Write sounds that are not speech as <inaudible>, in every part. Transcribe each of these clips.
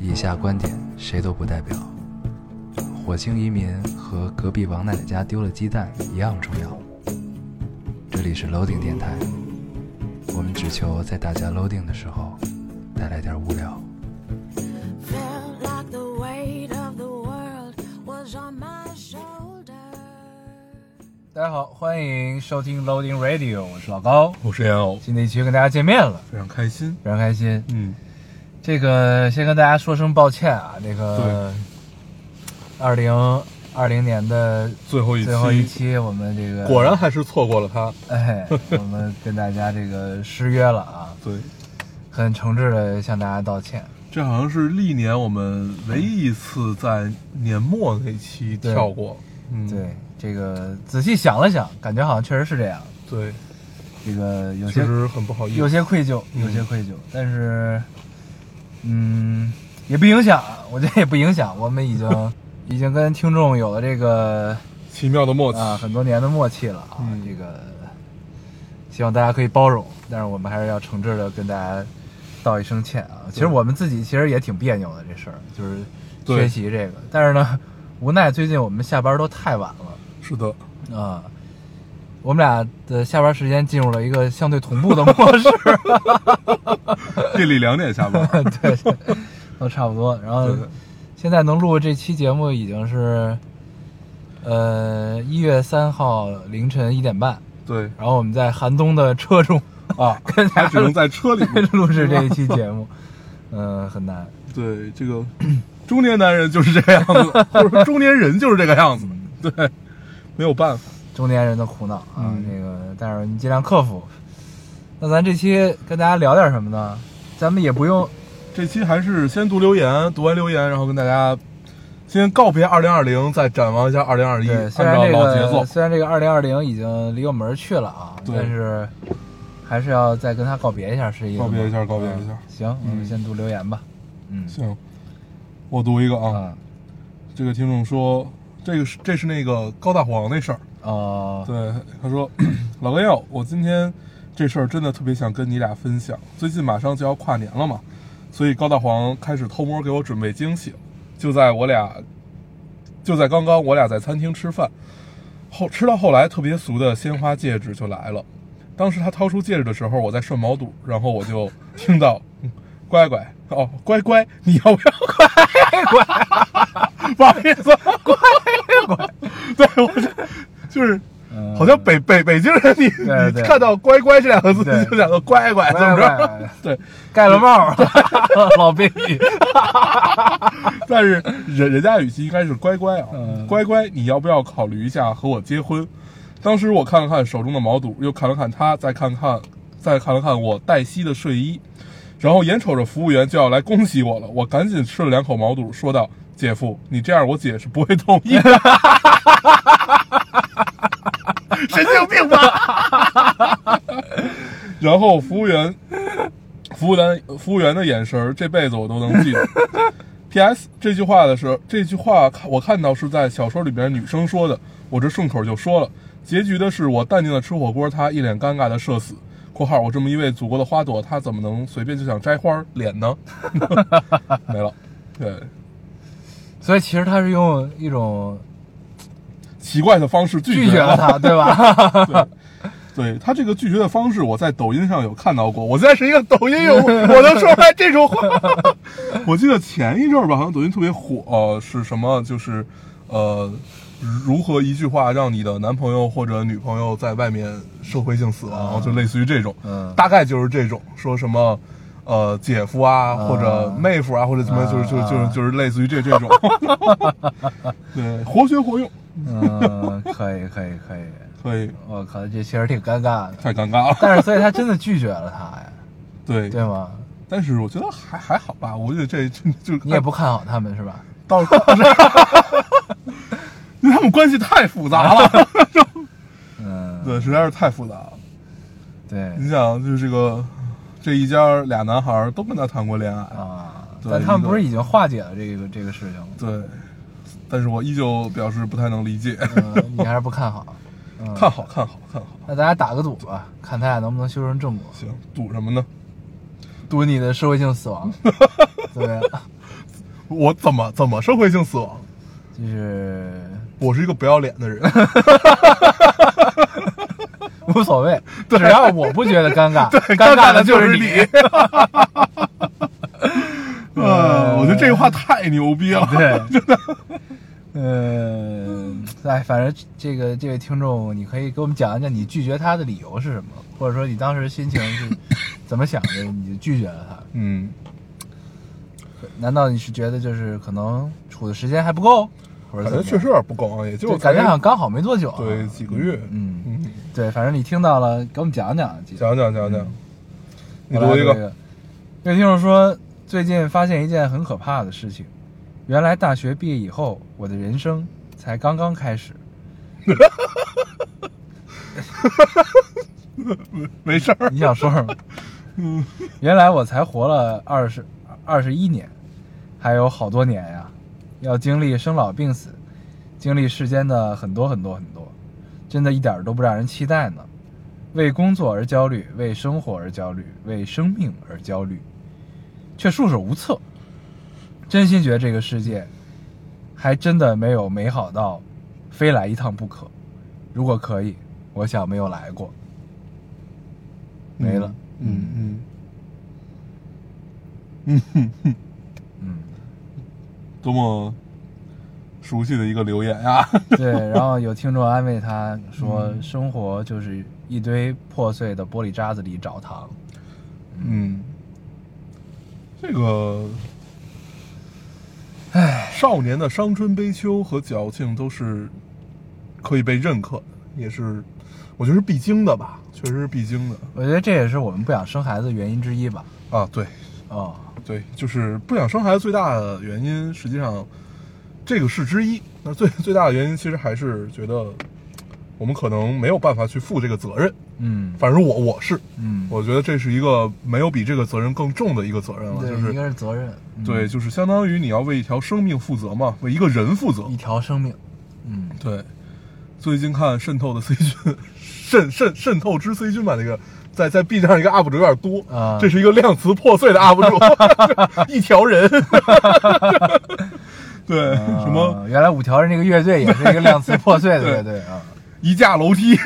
以下观点谁都不代表。火星移民和隔壁王奶奶家丢了鸡蛋一样重要。这里是 Loading 电台，我们只求在大家 Loading 的时候带来点无聊。 Felt like the weight of the world was on my shoulders. 大家好，欢迎收听 Loading Radio，我是老高。我是烟偶，新的一期又跟大家见面了，非常开心。非常开心。嗯，这个先跟大家说声抱歉啊，那个二零二零年的最后一期，最后一期，我们这个果然还是错过了他。 <laughs> 哎，我们跟大家这个失约了啊，对，很诚挚的向大家道歉。这好像是历年我们唯一一次在年末那期对跳过。嗯，对，这个仔细想了想，感觉好像确实是这样，对，这个有些确实很不好意思。有些愧疚，嗯有些愧疚，但是，嗯，也不影响，我觉得也不影响，我们已经 <laughs> 已经跟听众有了这个奇妙的默契，啊很多年的默契了啊，嗯这个希望大家可以包容，但是我们还是要诚挚的跟大家道一声歉啊。其实我们自己其实也挺别扭的这事儿，就是学对习这个，但是呢，无奈最近我们下班都太晚了。是 <laughs> 的，啊，我们俩的下班时间进入了一个相对同步的模式，夜里两点下 <laughs> 班。 <laughs> 对，都差不多。然后对对现在能录这期节目已经是，呃，一月三号凌晨一点半。对然后我们在寒冬的车中 <laughs> 啊，跟大他只家能在车里面。录制这一期节目，嗯、很难。 <laughs> 对，这个中年男人就是这个样子，或者说中年人就是这个样子。对，没有办法。中年人的苦恼啊，嗯这个但是你尽量克服。那咱这期跟大家聊点什么呢？咱们也不用这期还是先读留言，读完留言，然后跟大家先告别2020，再展望一下2021。对，虽然这按照老节个奏，虽然这个二零二零已经离我们而去了啊，对但是还是要再跟他告别一下，是一个告别一下嗯告别一下行，我们嗯先读留言吧。嗯行，我读一个啊。啊这个听众说，这个是这是那个高大黄那事儿。哦，对，他说， <clears throat> 老哥要我今天这事儿真的特别想跟你俩分享。最近马上就要跨年了嘛，所以高大黄开始偷摸给我准备惊喜了。就在我俩，就在刚刚我俩在餐厅吃饭，后吃到后来特别俗的鲜花戒指就来了。当时他掏出戒指的时候，我在涮毛肚，然后我就听到“嗯乖乖哦，乖乖，你要不要乖 <laughs> 乖？”不好意思， <laughs> 乖乖， <laughs> 对我是就是。嗯好像北北北京人，你对对你看到“乖乖”这两个字对，就想到乖乖，怎乖么着乖？对，盖了帽儿， <laughs> 老 baby， <laughs> 但是人人家语气应该是乖乖啊嗯，乖乖，你要不要考虑一下和我结婚？当时我看了看手中的毛肚，又看了看他，再看看，再看了看我黛西的睡衣，然后眼瞅着服务员就要来恭喜我了，我赶紧吃了两口毛肚，说道：“姐夫，你这样我姐是不会同意的。” <laughs> 神经病吧！ <laughs> 然后服务员，服务员，服务员的眼神儿，这辈子我都能记得。P.S. 这句话的时候，这句话看我看到是在小说里边女生说的，我这顺口就说了。结局的是我淡定的吃火锅，他一脸尴尬的社死。（括号我这么一位祖国的花朵，他怎么能随便就想摘花脸呢？ <laughs> 没了，对，所以其实他是用一种奇怪的方式拒拒绝绝了他，对 <laughs> 吧？对他这个拒绝的方式，我在抖音上有看到过。我现在是一个抖音用户，我能说出来这种话。 <laughs> 我记得前一阵儿吧，好像抖音特别火，呃是什么？就是呃，如何一句话让你的男朋友或者女朋友在外面社会性死亡，就类似于这种。啊嗯大概就是这种，说什么。呃，姐夫啊，或者啊妹夫啊，或者怎么样，就是就是就是就是类似于 <laughs> 这这种，对，活学活用，嗯，可以，可以，可以。可以，我靠，这确实挺尴尬的。太尴尬了，但是，所以他真的拒绝了他呀，对对吗？但是我觉得还还好吧，我觉得这这就你也不看好他们是吧？到时候，因为他们关系太复 <laughs> 杂了，嗯，对，实在是太复杂了。对你想，就是这个这一家俩男孩都跟他谈过恋爱，啊，对但他们一个不是已经化解了这个这个事情吗？对，但是我依旧表示不太能理解。 <laughs> 嗯，你还是不看好。嗯，看好，看好，看好，那咱俩打个赌吧，看他俩能不能修成正果，行，赌什么呢？ <laughs> 赌你的社会性死亡，对，我怎么怎么社会性死亡？ <laughs> 就是我是一个不要脸 <laughs> 的人，无所谓，只要我不觉得尴 <laughs> 尬，尴尬的就是你。呃，我觉得这句话太牛逼 <laughs> 了。对，真的。呃，哎，反正这个这位听众，你可以给我们讲一讲你拒绝他的理由是什么，或者说你当时心情是 <laughs> 怎么想的，你就拒绝了他。嗯，难道你是觉得就是可能处的时间还不够，或者感怎么觉样确实有点不高啊，也就对感觉好像刚好没多久、啊，对几个月。嗯，嗯，对，反正你听到了，给我们讲讲。讲讲讲讲嗯，你读一个。个。有听众说，最近发现一件很可怕的事情，原来大学毕业以后，我的人生才刚刚开始。没事儿，你想说什么？原来我才活了二十二十一年，还有好多年呀、要经历生老病死，经历世间的很多很多很多，真的一点儿都不让人期待呢。为工作而焦虑，为生活而焦虑，为生命而焦虑，却束手无策。真心觉得这个世界，还真的没有美好到非来一趟不可。如果可以，我想没有来过。没了。嗯嗯嗯哼哼，嗯，多么熟悉的一个留言啊呀！对，然后有听众安慰他说：“嗯生活就是一堆破碎的玻璃渣子里找糖。嗯，这个，唉，少年的伤春悲秋和矫情都是可以被认可的，也是我觉得是必经的吧，确实是必经的”我觉得这也是我们不想生孩子的原因之一吧。啊。对哦，对，就是不想生孩子最大的原因，实际上这个是之一。那最最大的原因其实还是觉得我们可能没有办法去负这个责任，嗯反正我我是。嗯，我觉得这是一个没有比这个责任更重的一个责任了，对，就是一个是责任，嗯对，，就是相当于你要为一条生命负责嘛，为一个人负责。一条生命，嗯，对，最近看渗透的 C 君，渗渗渗透之 C 君吧，那个在在 B 站上一个 UP 主有点多，啊这是一个量词破碎的 <laughs> UP 主，一条 <laughs> 人。对， <laughs> 什么啊原来五条人这个乐队也是一个量词破碎的乐队 <laughs> 啊。一架楼梯，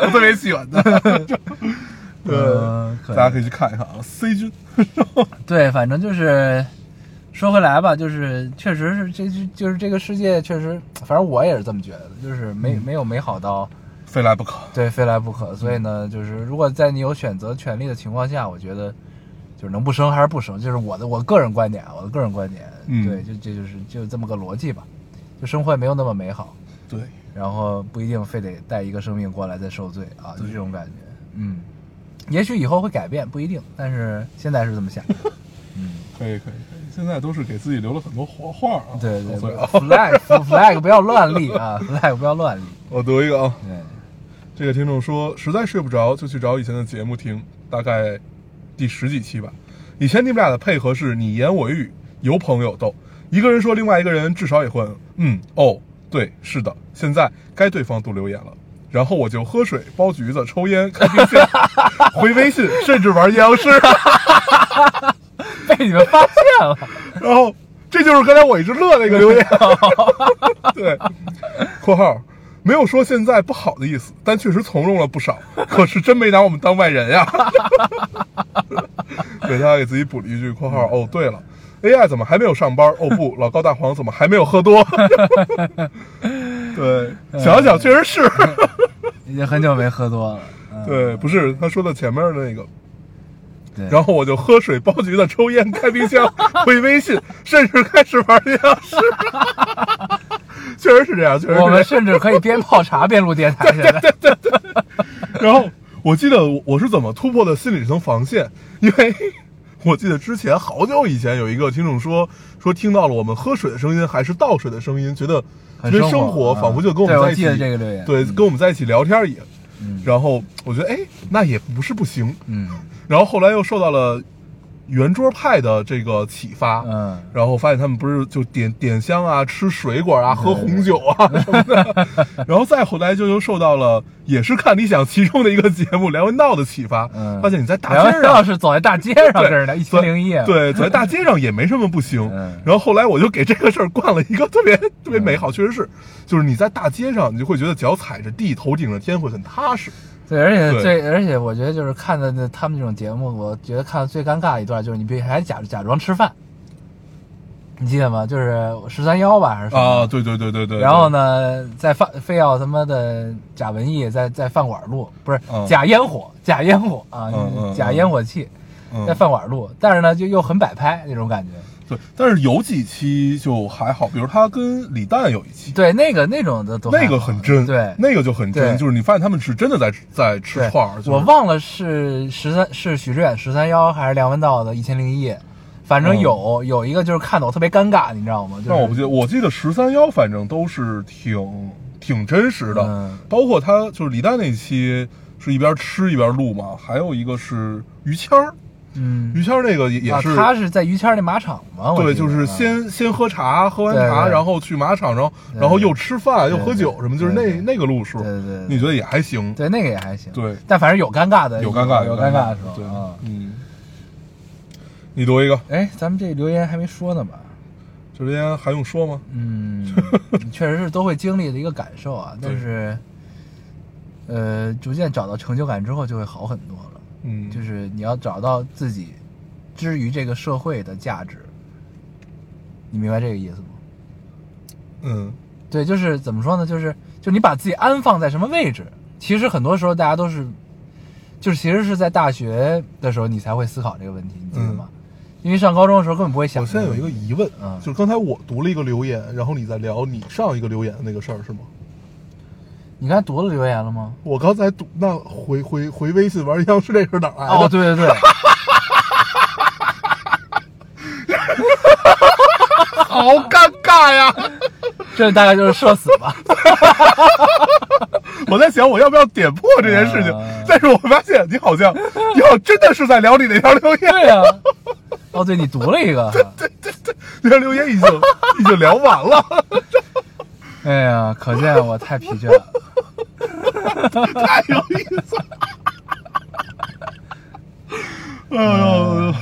我特别喜欢的。 <laughs> 对，嗯可以大家可以去看一看啊，C 君。对，反正就是说回来吧，就是确实是这这就是这个世界确实，反正我也是这么觉得，就是嗯没没有美好到。非来不可，对，非来不可。所以呢，就是如果在你有选择权利的情况下，我觉得就是能不生还是不生，就是我的我个人观点，啊，我的个人观点。嗯对，就这就是就这么个逻辑吧。就生活也没有那么美好，对，然后不一定非得带一个生命过来再受罪啊，就对这种感觉。嗯，也许以后会改变，不一定，但是现在是这么 <laughs> 想的。可以可以可以，现在都是给自己留了很多活话啊。对对所以对啊， ，flag <laughs> flag 不要乱立啊，flag <laughs> 不要乱立。我读一个啊，对，这个听众说，实在睡不着就去找以前的节目听，大概第十几期吧。以前你们俩的配合是你言我语，有朋有斗，一个人说另外一个人至少也会嗯哦对是的。现在该对方读留言了，然后我就喝水、剥橘子、抽烟、开冰箱、回微信， <laughs> 甚至玩阴阳师。被你们发现了。然后这就是刚才我一直乐的一个留言。对，括号没有说现在不好的意思，但确实从容了不少。可是真没拿我们当外人呀。 <laughs> 对，他还给自己补了一句括号哦，对了。AI 怎么还没有上班？哦不，老高大黄怎么还没有喝多？ <laughs> 对，想想确实是。 <laughs> 已经很久没喝多了。嗯、对，不是他说的前面的那个，对，然后我就喝水、剥橘子、抽烟、开冰箱、回微信，甚至开始玩阴阳师。 <laughs> 确实是这样，确实 <laughs> 是我这们样。甚至可以边泡茶边录电台。 <laughs> 现在，然后我记得我我是怎么突破的心理层防线，因为我记得之前好久以前有一个听众说说听到了我们喝水的声音还是倒水的声音，觉得很因生为生活活啊仿佛就跟我对们我在一起，记得这个留言对，嗯跟我们在一起聊天一样。嗯然后我觉得哎，那也不是不行，嗯然后后来又受到了圆桌派的这个启发，嗯，然后发现他们不是就点点香啊、吃水果啊、喝红酒啊什么的， <laughs> 然后再后来就又受到了也是看理想其中的一个节目《梁文道》的启发，嗯发现你在大梁街文道上。是走在大街上啊对跟人的一七零一，，对，走在大街上也没什么不行。嗯然后后来我就给这个事儿灌了一个特别特别美好，确实嗯是，就是你在大街上，你就会觉得脚踩着地，头顶着天，会很踏实。对，而且对最而且我觉得就是看的那他们这种节目，我觉得看的最尴尬的一段就是你必须还假假装吃饭，你记得吗？就是十三幺吧还是什么？啊，对对对对对。然后呢，在饭非要他妈的假文艺在在饭馆录，不是、嗯假烟火，假烟火啊，嗯嗯嗯假烟火气，嗯在饭馆录，但是呢就又很摆拍那种感觉。对，但是有几期就还好，比如他跟李诞有一期，对，那个那种的都还好那个很真，对，那个就很真，对就是你发现他们是真的在在吃对串儿。就是我忘了是十三是许志远十三幺还是梁文道的《一千零一夜》，反正嗯有、有一个就是看的我特别尴尬，你知道吗？就是、那我不记得，我记得十三幺反正都是挺挺真实的，嗯包括他就是李诞那期是一边吃一边录嘛，还有一个是于谦儿，嗯于，谦儿那个也也啊，是、他是在于谦儿那马场吗？我对，记得就是啊先先喝茶，喝完对茶对然后去马场，然后对然后又吃饭又对喝酒什么，就是对那对那个路数，对对对你觉得也还行，对那个也还行，对但反正有尴尬的，有尴尬有尴尴尬的时候对啊，。嗯，你读一个，哎，咱们这留言还没说呢吧？这边还用说吗？ <laughs> 嗯，确实是都会经历的一个感受啊，但是，呃，逐渐找到成就感之后，就会好很多了。嗯，就是你要找到自己之于这个社会的价值，你明白这个意思吗？嗯对，就是怎么说呢？就是就你把自己安放在什么位置，其实很多时候大家都是，就是其实是在大学的时候你才会思考这个问题，你记得吗？因为上高中的时候根本不会想。嗯我现在有一个，疑问，嗯就是刚才我读了一个留言，然后你在聊你上一个留言的那个事儿是吗？你刚才读了留言了吗？我刚才读那回回回微信玩央视这是哪儿来的？哦，对对对， <laughs> 好尴尬呀！ <laughs> 这大概就是社死吧。我在想我要不要点破这件事情，啊但是我发现你好像你好像真的是在聊你那条留言，对呀、啊哦，对你读了一个，那条留言已经已经聊完了，哎呀，可见我太疲倦了。太有意思了。哎呦，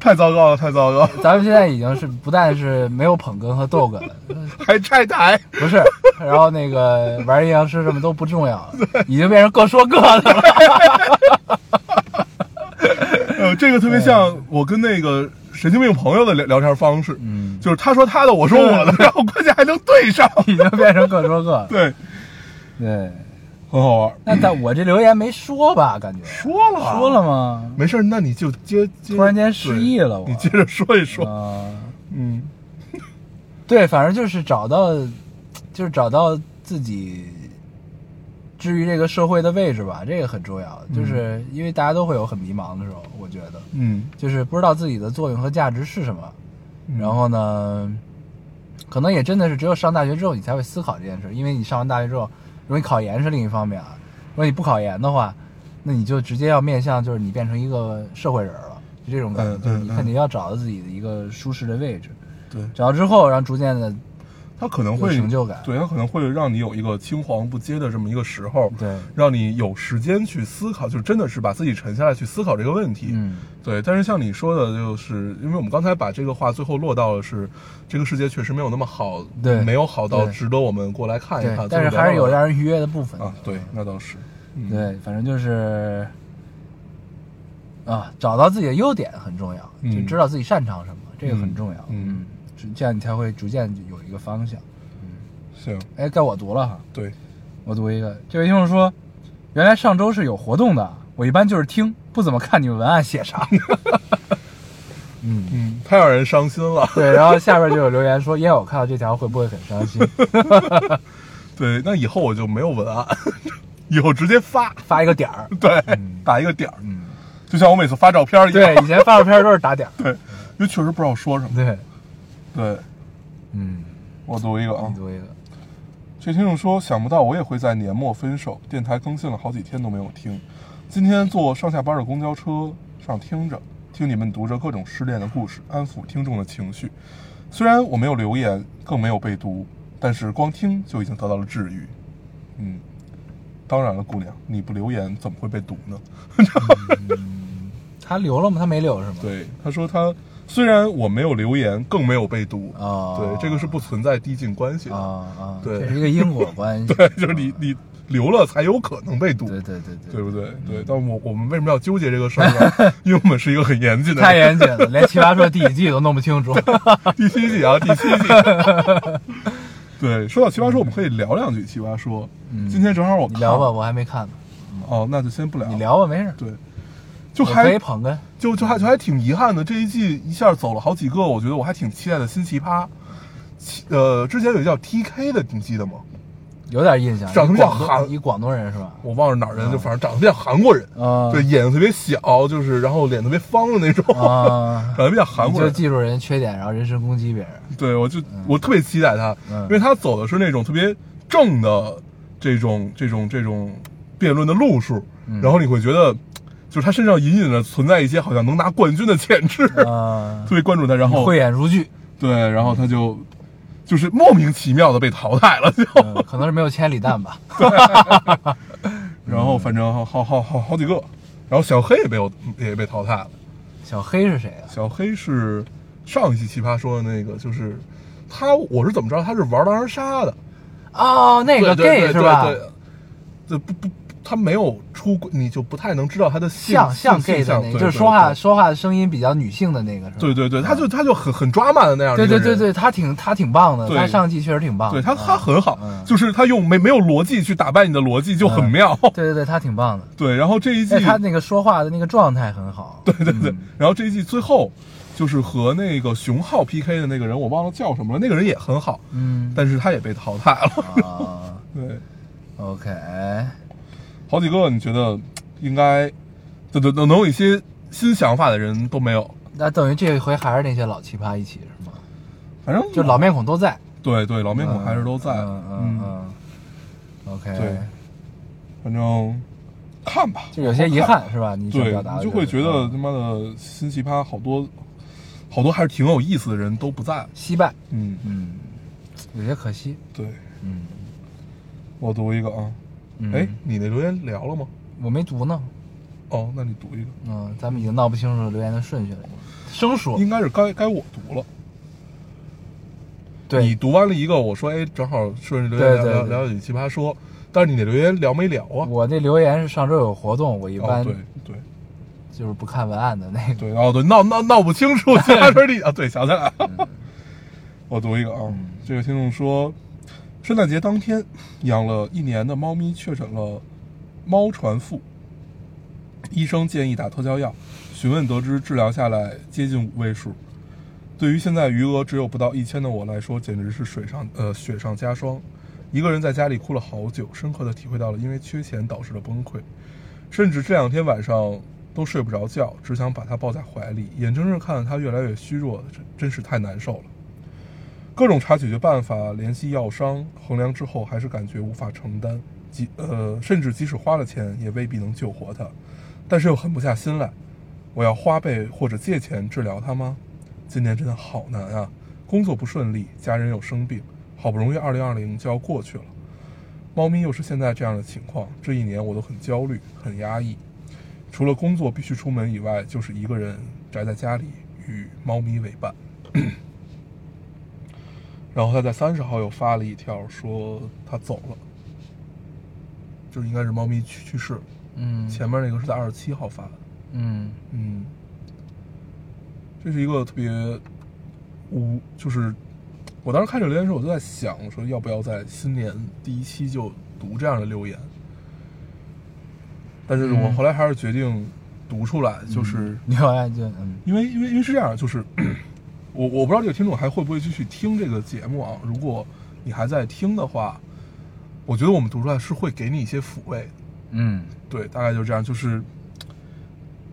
太糟糕了，太糟糕了，咱们现在已经是不但是没有捧哏和逗哏了， <laughs> 还拆台。不是，然后那个玩阴阳师什么都不重要了，已经变成各说各的了。 <laughs> <laughs> 呃，这个特嗯别像我跟那个神经病朋友的聊聊天方式，嗯就是他说他的，我说我的，然后关键还能 <laughs> 对上，已经变成各说各了。对，对，很好玩。那但我这留言没说吧？感觉说了啊说了，吗？没事儿，那你就接接。突然间失忆了我对你接着说一啊、说。嗯对，反正就是找到，就是找到自己至于这个社会的位置吧，这个很重要。就是因为大家都会有很迷茫的时候，我觉得嗯，就是不知道自己的作用和价值是什么。然后呢，可能也真的是只有上大学之后你才会思考这件事，因为你上完大学之后，如果你考研是另一方面啊，如果你不考研的话，那你就直接要面向就是你变成一个社会人了，就这种感觉，嗯就是你嗯嗯肯定要找到自己的一个舒适的位置，对找到之后，然后逐渐的他可能会有成就感对他可能会让你有一个青黄不接的这么一个时候，对让你有时间去思考，就真的是把自己沉下来去思考这个问题。嗯，对，但是像你说的，就是因为我们刚才把这个话最后落到了是，这个世界确实没有那么好，对没有好到对值得我们过来看一对看。，但是最后还是有聊到让人愉悦的部分啊，对，那倒是，嗯，对，反正就是啊，找到自己的优点很重要，嗯就知道自己擅长什么，这个很重要。嗯嗯，只这样你才会逐渐有一个方向。行，哎，该我读了哈，对，我读一个。这位听众说，原来上周是有活动的，我一般就是听，不怎么看你们文案写 <laughs> 啥。嗯，嗯，太让人伤心了。对，然后下边就有留言说，烟友看到这条会不会很伤心？ <laughs> 对，那以后我就没有文案， <laughs> 以后直接发，发一个点 <laughs> 儿。对，嗯打一个点儿，就像我每次发照片一样，对，以前发照片都是打点儿。对，因为确实不知道说什么。对，对嗯，我读一个啊你，读一个。这听众说，想不到我也会在年末分手。电台更新了好几天都没有听，今天坐上下班的公交车上听着，听你们读着各种失恋的故事，安抚听众的情绪。虽然我没有留言，更没有被读，但是光听就已经得到了治愈。嗯，当然了，姑娘，你不留言怎么会被读呢？他留了吗？他没留是吗？对，他说他虽然我没有留言，更没有被读。啊，对，这个是不存在递进关系的。啊啊，对这是一个因果关 <laughs> 系，对， <laughs> 就是你你留了才有可能被读。对对对对不对？对，但我我们为什么要纠结这个事儿 <laughs> 呢？因为我们是一个很严谨的人。太严谨了，连《奇葩说》第几季都弄不清楚。 <laughs> 第七季啊，第七季。 <laughs> 对，说到奇葩说，我们可以聊两句奇葩说。嗯今天正好我你看聊吧，。我还没看呢。哦，那就先不聊。你。聊吧，没事，对，就我可以还捧哏。就就还就还挺遗憾的，这一季一下走了好几个，我觉得我还挺期待的新奇葩。奇呃，之前有一个叫 TK 的，你记得吗？有点印象，长得一广像东韩一广东人是吧？我忘了哪儿人，就反正长得像韩国人，啊，对，眼睛特别小，就是然后脸特别方的那种，啊， <laughs> 长得比较韩你国就人。记住人缺点，然后人身攻击别人。对，我就、我特别期待他，嗯因为他走的是那种特别正的这种这种这种辩论的路数，嗯然后你会觉得，就是他身上隐隐的存在一些好像能拿冠军的潜质，啊， <laughs> 特别关注他，然后慧眼如炬，对，然后他就就是莫名其妙的被淘汰了，就，嗯可能是没有千里蛋吧。然后反正好好好好好几个，然后小黑也被我也被淘汰了，小黑是谁啊？小黑是上一期奇葩说的那个，就是他我是怎么知道他是玩狼人杀的？哦，那个对对 gay 对是吧？对，对这不不，他没有出轨，你就不太能知道他的性像像性 gay 的向那对个，就是对说话对说话的声音比较女性的那个是吧？对对对，他就他就很很抓马的那样的对一个对人，对对，他挺他挺棒的，对他上季确实挺棒的。对他他嗯很好嗯，就是他用没没有逻辑去打败你的逻辑就很嗯妙，对对对，他挺棒的。对，然后这一季哎，他那个说话的那个状态很好。对对对，然后这一季最后就是和那个熊浩 PK 的那个人，我忘了叫什么了，那个人也很好，嗯但是他也被淘汰了，啊对， ，OK，好几个你觉得应该，对对能能有一些新想法的人都没有，那等于这回还是那些老奇葩一起是吗？反正就老面孔都在，对对，老面孔还是都在。嗯嗯嗯嗯，OK，对，反正看吧，就有些遗好憾是吧？嗯你看。想对，表达你的就会觉得他妈的新奇葩好多，好多还是挺有意思的人都不在了。惜败，嗯，嗯，有些可惜，对，嗯，我读一个啊。嗯哎，你那留言聊了吗？我没读呢，哦，那你读一个，嗯，咱们已经闹不清楚留言的顺序了，生疏，应该是该该我读了。你对，读完了一个，我说哎，正好顺着留对言对聊聊对聊几奇葩说，但是你的留言聊没聊啊？我那留言是上周有活动，我一哦，般对对就是不看文案的那个， <laughs> 对，哦对，闹闹闹不清楚，其他说你啊，对，想起来了。 <laughs> 我读一个啊，这个听众说，圣诞节当天养了一年的猫咪确诊了猫传腹，医生建议打特效药，询问得知治疗下来接近五位数。对于现在余额只有不到一千的我来说，简直是水上呃雪上加霜。一个人在家里哭了好久，深刻的体会到了因为缺钱导致的崩溃，甚至这两天晚上都睡不着觉，只想把他抱在怀里，眼睁睁看着他越来越虚弱，真真是太难受了。各种查解决办法，联系药商，衡量之后还是感觉无法承担，即呃，甚至即使花了钱也未必能救活他，但是又狠不下心来，我要花呗或者借钱治疗他吗？今年真的好难啊！工作不顺利，家人又生病，好不容易2020就要过去了，猫咪又是现在这样的情况，这一年我都很焦虑，很压抑，除了工作必须出门以外，就是一个人宅在家里与猫咪为伴。 <clears throat> 然后他在三十号又发了一条说他走了，就应该是猫咪去去世。嗯前面那个是在二十七号发的，嗯嗯，这是一个特别无，就是我当时看这留言的时候，我就在想，我说要不要在新年第一期就读这样的留言，但是我嗯后来还是决定读出来，就是留言就嗯因为因为因为是这样，就是我我不知道这个听众还会不会继续听这个节目啊？如果你还在听的话，我觉得我们读出来是会给你一些抚慰的。嗯，对，大概就这样，就是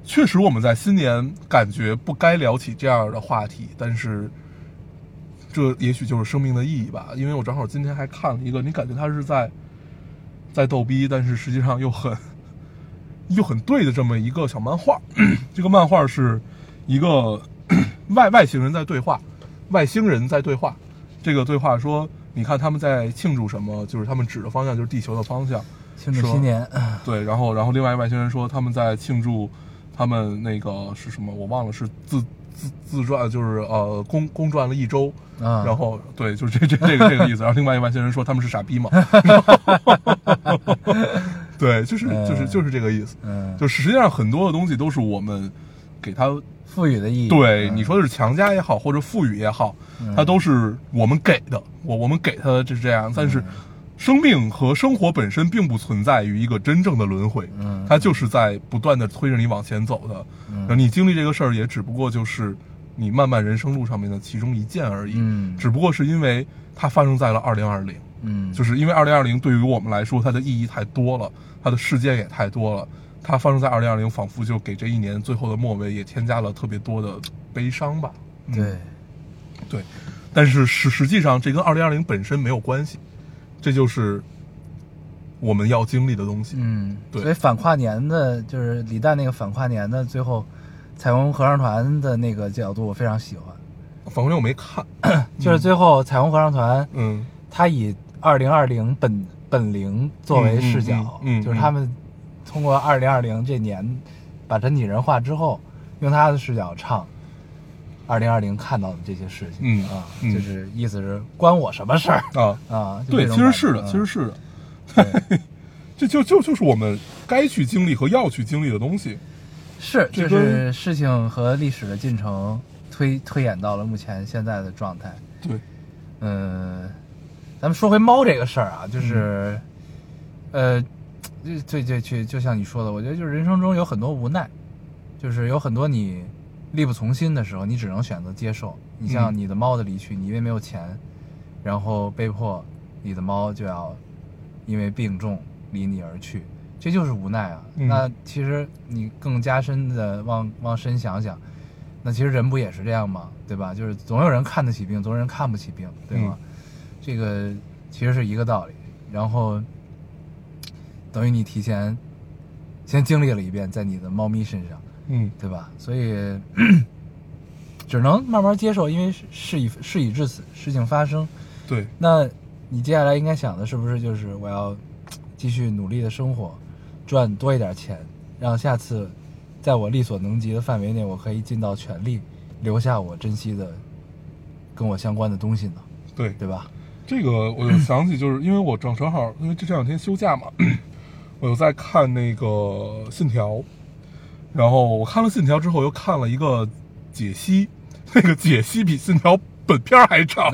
确实我们在新年感觉不该聊起这样的话题，但是这也许就是生命的意义吧。因为我正好今天还看了一个，你感觉他是在在逗逼，但是实际上又很又很对的这么一个小漫画。这个漫画是一个外外星人在对话，外星人在对话。这个对话说，你看他们在庆祝什么？就是他们指的方向就是地球的方向。庆祝新年，对，然后然后另外一外星人说他们在庆祝他们那个是什么，我忘了是自自自转，就是呃公公转了一周。啊，然后对，就是这这这个这个意思。然后另外一外星人说他们是傻逼嘛， <laughs> 对，就是就是就是这个意思。嗯，就实际上很多的东西都是我们给它，赋予的意义，对嗯你说的是强加也好，或者赋予也好，它都是我们给的，我我们给它的就是这嗯样。但是生命和生活本身并不存在于一个真正的轮回，嗯它就是在不断的推着你往前走的。然后你经历这个事儿，也只不过就是你漫漫人生路上面的其中一件而已。嗯只不过是因为它发生在了二零二零，嗯，就是是因为二零二零对于我们来说，它的意义太多了，它的事件也太多了。它发生在二零二零，仿佛就给这一年最后的末尾也添加了特别多的悲伤吧。嗯对，对，但是实实际上这跟二零二零本身没有关系，这就是我们要经历的东西。嗯，对所以反跨年的，就是李诞那个反跨年的，最后彩虹合唱团的那个角度，我非常喜欢，反过来我没看，就是最后彩虹合唱团，嗯他以二零二零本本龄作为视角，嗯嗯嗯嗯就是他们通过二零二零这年把整体人化之后，用他的视角唱二零二零看到的这些事情，嗯啊，嗯就是意思是关我什么 <laughs> 事儿啊，啊？就对，这种其感觉实是的，其实是的，嗯对这就就就是我们该去经历和要去经历的东西。是，这就跟是事情和历史的进程推推演到了目前现在的状态。对，嗯，咱们说回猫这个事儿啊，就是，呃，对对对，就像你说的，我觉得就是人生中有很多无奈，就是有很多你力不从心的时候，你只能选择接受。你像嗯你的猫的离去，你因为没有钱，然后被迫你的猫就要因为病重离你而去，这就是无奈啊。嗯那其实你更加深的往往深想想，那其实人不也是这样吗？对吧？就是总有人看得起病，总有人看不起病，对吗？这个其实是一个道理。然后等于你提前先经历了一遍在你的猫咪身上，嗯对吧？所以 <clears throat> 只能慢慢接受，因为事事已事已至此，事情发生，对，那你接下来应该想的是不是就是我要继续努力的生活，赚多一点钱，让下次在我力所能及的范围内，我可以尽到全力，留下我珍惜的跟我相关的东西呢？对，对吧？这个我就想起，就是因为我正正好，因为这这两天休假嘛， <clears throat> 我又在看那个《信条》，然后我看了《信条》之后，又看了一个解析， <laughs> 那个解析比《信条》本片儿还长，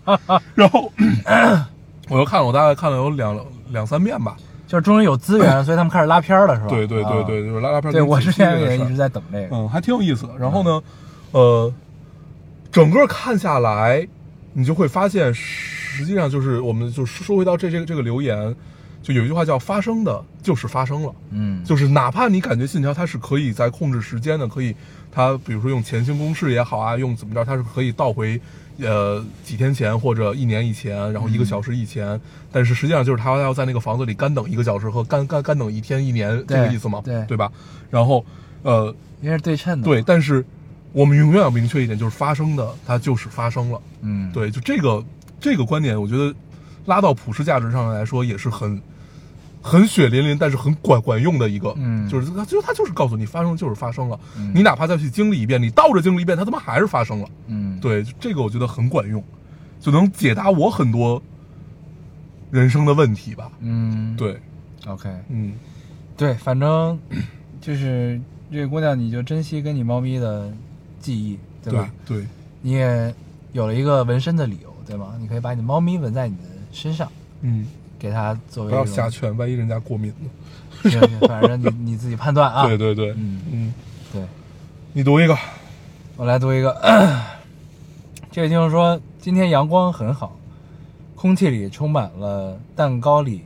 <laughs> 然后 <clears throat> 我又看了，我大概看了有两两三遍吧。就是终于有资源，所以他们开始拉片儿了，是吧？对对对啊对，就是拉拉片儿对跟我解之析这前个也事儿一直在等这个，嗯，还挺有意思的。然后呢，呃，整个看下来，你就会发现，实际上就是我们就说回到这这个这个留言，就有一句话叫“发生的就是发生了”，嗯，就是哪怕你感觉信条它是可以在控制时间的，可以它比如说用前行公式也好啊，用怎么着，它是可以倒回呃几天前或者一年以前，然后一个小时以前，但是实际上就是它要在那个房子里干等一个小时和干干干等一天一年这个对意思嘛，对对吧？然后呃。因为是对称的，对，，但是我们永远要明确一点，就是发生的它就是发生了。嗯，，对，就这个这个观点，我觉得拉到普世价值上来说，也是很很血淋淋，但是很管管用的一个。嗯就是它就它就是告诉你，发生就是发生了。嗯你哪怕再去经历一遍，你倒着经历一遍，它他妈还是发生了。嗯，，对，就这个我觉得很管用，就能解答我很多人生的问题吧。嗯，对， ，OK，嗯，对，反正就是这个姑娘，你就珍惜跟你猫咪的记忆，对吧？对，你也有了一个纹身的理由，对吗？你可以把你猫咪纹在你的身上，嗯，给它作为不要一种瞎劝，万一人家过敏呢。行行反正你你自己判断啊。 <laughs> 对对对，嗯嗯，对你读一个。我来读一个， <clears throat> 这位听众说：“今天阳光很好，空气里充满了蛋糕里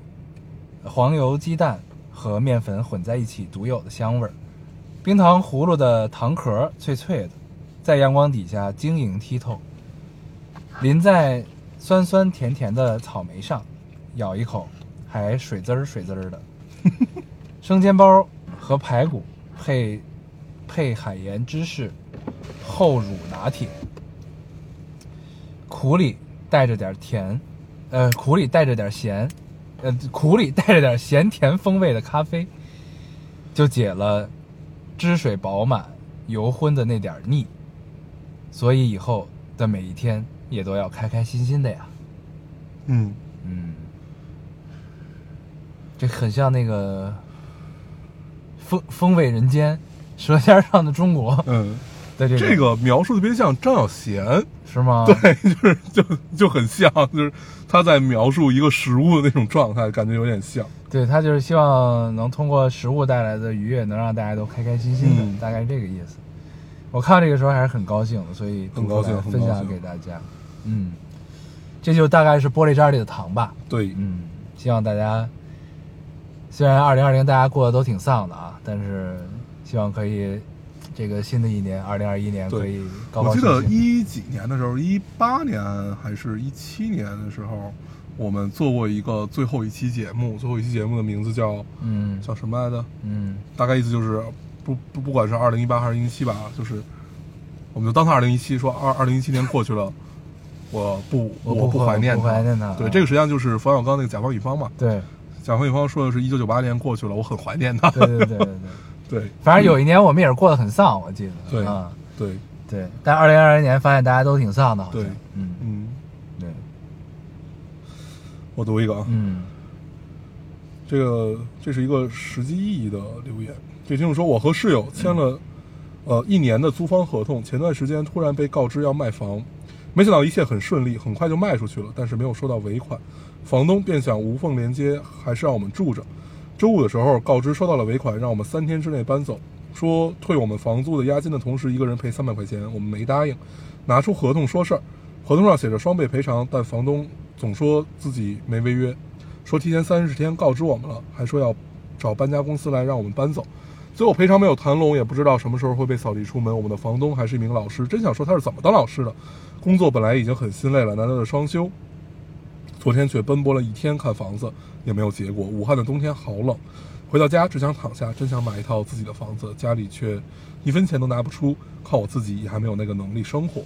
呃黄油、鸡蛋和面粉混在一起独有的香味儿，冰糖葫芦的糖壳脆脆的，在阳光底下晶莹剔透，淋在酸酸甜甜的草莓上，咬一口还水滋儿水滋儿的。生煎包和排骨配配海盐芝士，厚乳拿铁，苦里带着点甜，呃，苦里带着点咸，呃，苦里带着点咸甜风味的咖啡，就解了汁水饱满、油荤的那点儿腻。所以以后的每一天也都要开开心心的呀。嗯，嗯，这很像那个《风风味人间》《舌尖上的中国》嗯，的这个，啊这个描述特别像张小娴，是吗？对，就是就就很像，就是他在描述一个食物的那种状态，感觉有点像。对，他就是希望能通过食物带来的愉悦，能让大家都开开心心的，嗯大概是这个意思。我看这个时候还是很高兴的，所以很高读出兴来很分高享兴给大家。嗯，这就大概是玻璃渣里的糖吧。对，嗯，希望大家虽然二零二零大家过得都挺丧的啊，但是希望可以这个新的一年二零二一年对可以高高我记兴得兴。一几年的时候，一八年还是一七年的时候，我们做过一个最后一期节目，最后一期节目的名字叫嗯叫什么来着？嗯，大概意思就是不不不管是二零一八还是一七吧，就是我们就当它二零一七，说二二零一七年过去了，我不我不不怀念不怀念它对，啊这个实际上就是冯小刚那个甲方乙方嘛，对甲方乙方说的是一九九八年过去了，我很怀念他。对对对对对， <laughs> 对反正有一年我们也是过得很丧，我记得。对啊，对，对，但二零二零年发现大家都挺丧的，好像对。嗯，嗯，对，我读一个啊，嗯这个这是一个实际意义的留言。这听众说，我和室友签了、呃一年的租房合同，前段时间突然被告知要卖房，没想到一切很顺利，很快就卖出去了，但是没有收到尾款，房东便想无缝连接，还是让我们住着。周五的时候告知收到了尾款，让我们三天之内搬走，说退我们房租的押金的同时，一个人赔三百块钱，我们没答应，拿出合同说事儿，合同上写着双倍赔偿，但房东总说自己没违约，说提前三十天告知我们了，还说要找搬家公司来让我们搬走。最后赔偿没有谈拢，也不知道什么时候会被扫地出门。我们的房东还是一名老师，真想说他是怎么当老师的，工作本来已经很心累了，难得的双休，昨天却奔波了一天看房子，也没有结果。武汉的冬天好冷，回到家只想躺下，真想买一套自己的房子，家里却一分钱都拿不出，靠我自己也还没有那个能力生活。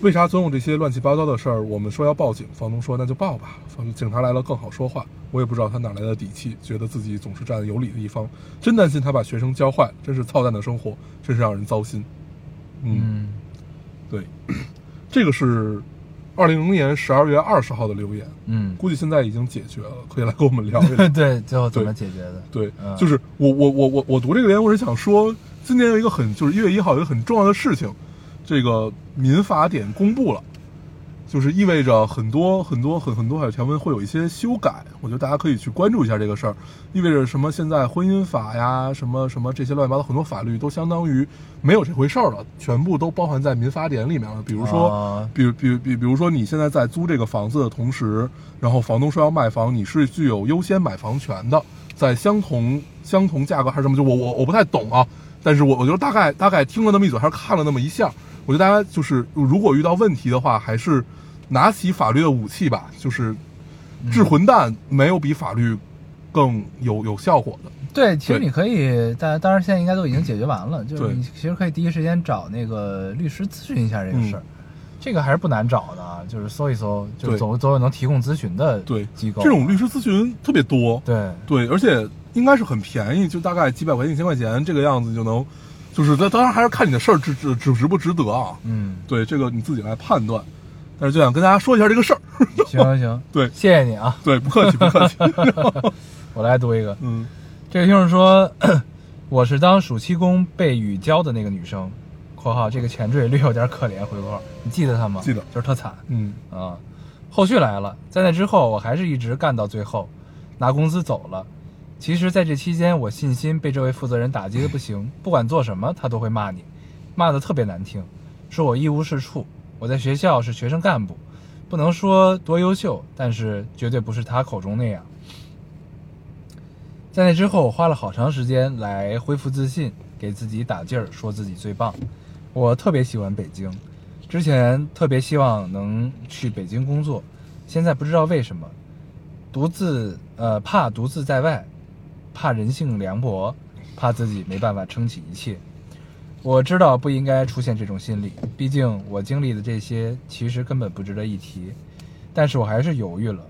为啥总有这些乱七八糟的事儿？我们说要报警，房东说那就报吧。反正警察来了更好说话。我也不知道他哪来的底气，觉得自己总是站有理的一方。真担心他把学生教坏，真是操蛋的生活，真是让人糟心。嗯，嗯，对， <clears throat> 这个是二零零年十二月二十号的留言，嗯，。估计现在已经解决了，可以来跟我们聊一聊 <laughs> 对，最后怎么对解决的？对嗯，就是我我我我我读这个联，我是想说，今年有一个很就是一月一号有一个很重要的事情，这个民法典公布了，就是意味着很多很多很很多海条文会有一些修改，我觉得大家可以去关注一下这个事儿，意味着什么？现在婚姻法呀，什么什么这些乱七八糟很多法律都相当于没有这回事儿了，全部都包含在民法典里面了，比如说。啊比如比如比比如说你现在在租这个房子的同时，然后房东说要卖房，你是具有优先买房权的，在相同相同价格还是什么？就我我我不太懂啊，但是我我觉得大概大概听了那么一嘴，还是看了那么一下，我觉得大家就是如果遇到问题的话，还是拿起法律的武器吧，就是嗯治混蛋没有比法律更有有效果的。对，其实对你可以，但当然现在应该都已经解决完了，就是对你其实可以第一时间找那个律师咨询一下这个事儿，这个还是不难找的啊，就是搜一搜，就是嗯对总总有能提供咨询的对，机构，啊这种律师咨询特别多，对对，而且应该是很便宜，就大概几百块钱、一千块钱这个样子你就能，就是当当然还是看你的事儿值值值值不值得啊。嗯，对，这个你自己来判断。但是就想跟大家说一下这个事儿。 <laughs> 行行行，对谢谢你啊，对，不客气，不客气。 <laughs> 我来读一个，嗯这个听众说， <coughs> 我是当暑期工被雨浇的那个女生（括号这个前缀略有点可怜），回括号，你记得她吗？记得就是特惨，嗯啊，后续来了，在那之后，我还是一直干到最后，拿工资走了。其实，在这期间，我信心被这位负责人打击的不行，不管做什么，他都会骂你，骂的特别难听，说我一无是处。我在学校是学生干部，不能说多优秀，但是绝对不是他口中那样。在那之后，我花了好长时间来恢复自信，给自己打劲儿，说自己最棒。我特别喜欢北京，之前特别希望能去北京工作，现在不知道为什么，独自呃怕独自在外，怕人性凉薄，怕自己没办法撑起一切。我知道不应该出现这种心理，毕竟我经历的这些其实根本不值得一提，但是我还是犹豫了，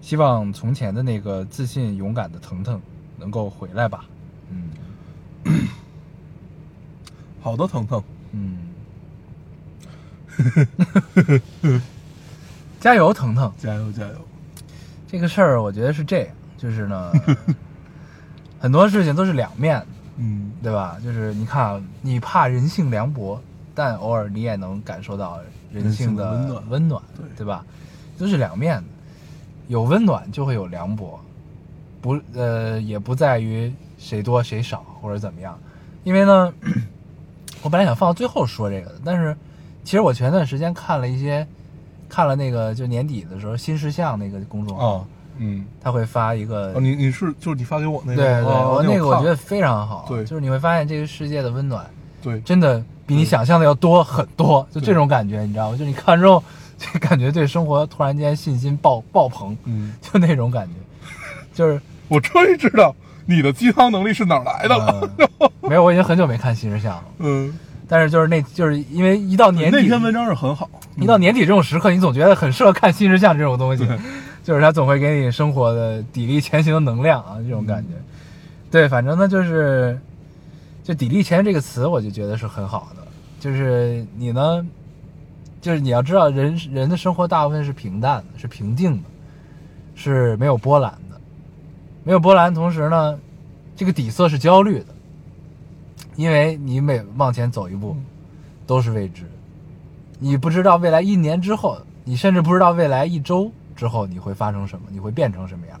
希望从前的那个自信勇敢的腾腾能够回来吧。嗯好的，腾腾，嗯， <laughs> 加油，腾腾！加油加油！这个事儿我觉得是这样，就是呢，很多事情都是两面的。嗯，对吧？就是你看，啊，你怕人性凉薄，但偶尔你也能感受到人性的人性的温暖温暖对对吧？都是两面的，有温暖就会有凉薄，不呃也不在于谁多谁少或者怎么样，因为呢， <clears throat> 我本来想放到最后说这个的，但是其实我前段时间看了一些，看了那个就年底的时候新事项那个公众号，哦，嗯，他会发一个哦，你你是就是你发给我那个，对对，哦我那那个我看觉得非常好，对就是你会发现这个世界的温暖对，真的比你想象的要多很多，就这种感觉，你知道吗？就你看完之后， <laughs> 就感觉对生活突然间信心爆 <laughs> 爆棚，嗯，就那种感觉，就是我终于知道你的鸡汤能力是哪儿来的了。呃没有，我已经很久没看新事项了，嗯，但是就是那就是因为一到年底，那篇文章是很好，一到年底这种时刻，你总觉得很适合看新事项这种东西对， <laughs> 就是它总会给你生活的砥砺前行的能量啊，这种感觉。对，反正呢就是，就砥砺前行这个词，我就觉得是很好的。就是你呢，就是你要知道人，人的生活大部分是平淡的，是平静的，是没有波澜的。没有波澜，同时呢，这个底色是焦虑的，因为你每往前走一步，都是未知。你不知道未来一年之后，你甚至不知道未来一周之后你会发生什么，你会变成什么样，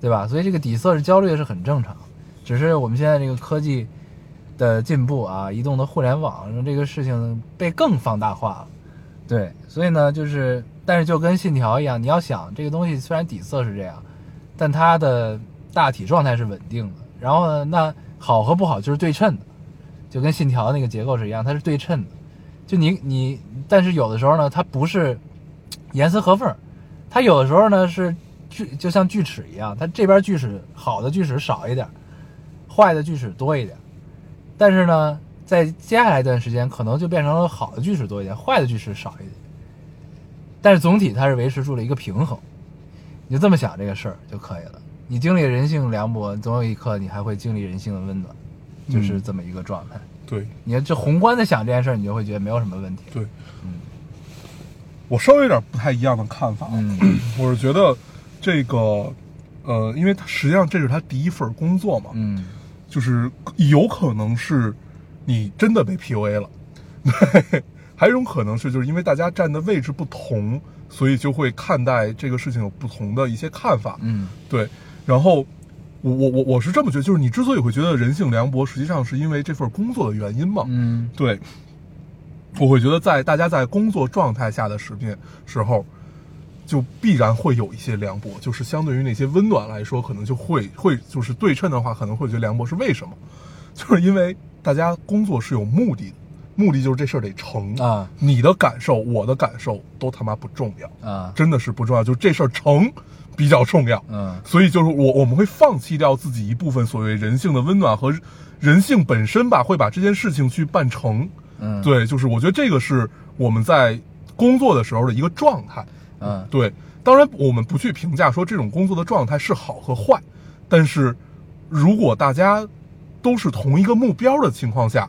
对吧？所以这个底色是焦虑的是很正常，只是我们现在这个科技的进步啊，移动的互联网让这个事情被更放大化了，对，所以呢，就是但是就跟信条一样，你要想这个东西虽然底色是这样，但它的大体状态是稳定的，然后呢，那好和不好就是对称的，就跟信条那个结构是一样，它是对称的。就你你，但是有的时候呢，它不是严丝合缝儿，它有的时候呢是锯，就像锯齿一样，它这边锯齿好的锯齿少一点儿，坏的锯齿多一点儿。但是呢，在接下来一段时间，可能就变成了好的锯齿多一点，坏的锯齿少一点。但是总体它是维持住了一个平衡，你就这么想这个事儿就可以了。你经历人性凉薄，总有一刻你还会经历人性的温暖，就是嗯这么一个状态。对你要这宏观的想这件事儿，你就会觉得没有什么问题。对，我稍微有点不太一样的看法，啊嗯我是觉得这个，呃，因为他实际上这是他第一份工作嘛，嗯，就是有可能是你真的被 PUA 了， <laughs> 对，还有一种可能是就是因为大家站的位置不同，所以就会看待这个事情有不同的一些看法，嗯对，然后我我我我是这么觉得，就是你之所以会觉得人性凉薄，实际上是因为这份工作的原因嘛，嗯对，我会觉得在大家在工作状态下的时间时候，就必然会有一些凉薄，就是相对于那些温暖来说，可能就会会就是对称的话，可能会觉得凉薄是为什么？ <laughs> 就是因为大家工作是有目的的，目的就是这事儿得成啊。你的感受，我的感受都他妈不重要，啊，真的是不重要，就这事儿成比较重要。嗯所以就是我我们会放弃掉自己一部分所谓人性的温暖和人性本身吧，会把这件事情去办成。嗯，，对，就是我觉得这个是我们在工作的时候的一个状态。嗯对，当然我们不去评价说这种工作的状态是好和坏，但是如果大家都是同一个目标的情况下，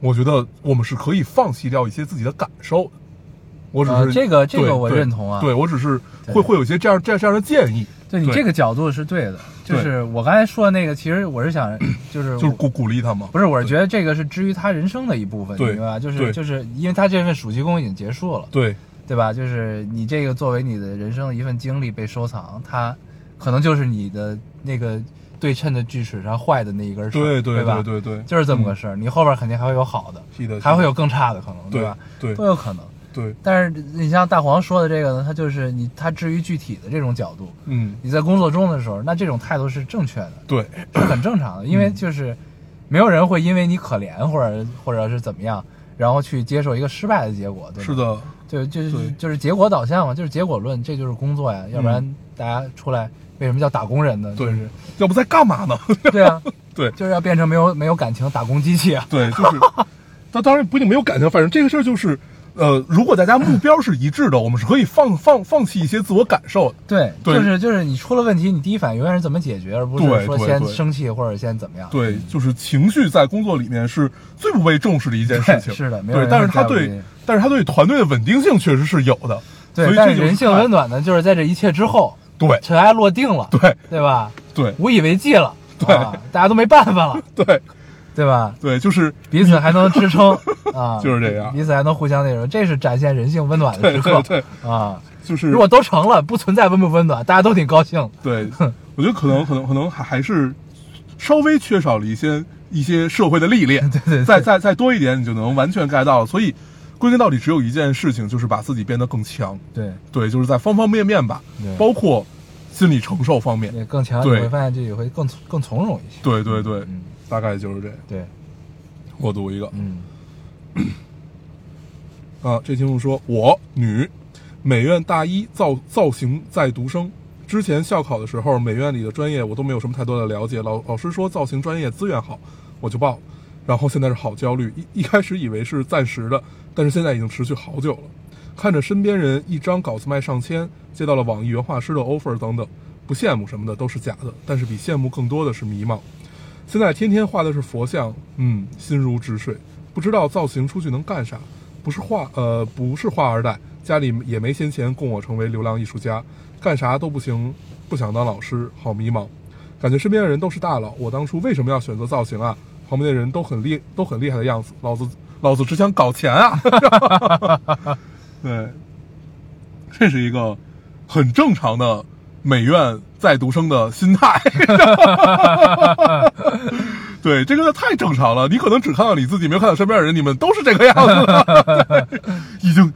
我觉得我们是可以放弃掉一些自己的感受的。我只是、呃这个这个对我对认同啊对我只是对会会有一些这样这样这样的建议。对你对这个角度是对的，就是我刚才说的那个，其实我是 <clears throat> 想，就是就是我鼓鼓励他嘛，不是，我是觉得这个是至于他人生的一部分，你对明白吧？就是对就是因为他这份暑期工已经结束了，对对吧？就是你这个作为你的人生的一份经历被收藏，它可能就是你的那个对称的锯齿上坏的那一根绳，对对对吧对对对，就是这么个事儿。你后边肯定还会有好的，嗯是的，还会有更差的可能，对吧？对都有可能。对，但是你像大黄说的这个呢，他就是你他至于具体的这种角度，嗯，你在工作中的时候，那这种态度是正确的，对是很正常的，因嗯为就是没有人会因为你可怜或者或者是怎么样，然后去接受一个失败的结果，对吧？是，的，就就是对就是结果导向嘛，就是结果论，这就是工作呀，要不然大家出来为什么叫打工人呢？对就是，要不在干嘛呢？ <laughs> 对啊，对就是要变成没有没有感情的打工机器啊， <laughs> 对，就是那当然不一定没有感情，反正这个事儿就是，呃，如果大家目标是一致的，我们是可以放放放弃一些自我感受的。对，对就是就是你出了问题，你第一反应永远是怎么解决，而不是对说对先对生气或者先怎么样。对，就是情绪在工作里面是最不被重视的一件事情。对是的没有对，人但是会在他乎这对个，但是他对团队的稳定性确实是有的。所对，以但这是就是人性看温暖呢，就是在这一切之后，对尘埃落定了，对对吧？对无以为继了，对啊，大家都没办法了，对对吧？对，就是彼此还能支 <laughs> 撑啊，就是这样彼此还能互相那种，这是展现人性温暖的对时刻对对，啊。就是如果都成了，不存在温不温暖，大家都挺高兴的。对，我觉得可能可能可能还还是稍微缺少了一些一些社会的历练，对 <laughs> 对对再再再多一点，你就能完全 get 到了。所以归根到底，只有一件事情，就是把自己变得更强。对，对，就是在方方面面吧对，包括心理承受方面。也更强，你对会发现自己会更更从容一些。对对对，嗯大概就是这样。对，我读一个，嗯，啊，这听众说，我女，美院大一造造型在读生。之前校考的时候，美院里的专业我都没有什么太多的了解，老老师说造型专业资源好，我就报了。然后现在是好焦虑，一一开始以为是暂时的，但是现在已经持续好久了。看着身边人一张稿子卖上千，接到了网易原画师的 offer 等等，不羡慕什么的都是假的，但是比羡慕更多的是迷茫。现在天天画的是佛像，嗯，心如止水，不知道造型出去能干啥。不是画，呃，不是画二代，家里也没闲钱供我成为流浪艺术家，干啥都不行，不想当老师，好迷茫。感觉身边的人都是大佬，我当初为什么要选择造型啊？旁边的人都很厉，都很厉害的样子，老子老子只想搞钱啊！对，这是一个很正常的美院在读生的心态。对，这个太正常了。你可能只看到你自己，没有看到身边的人，你们都是这个样子。对已经，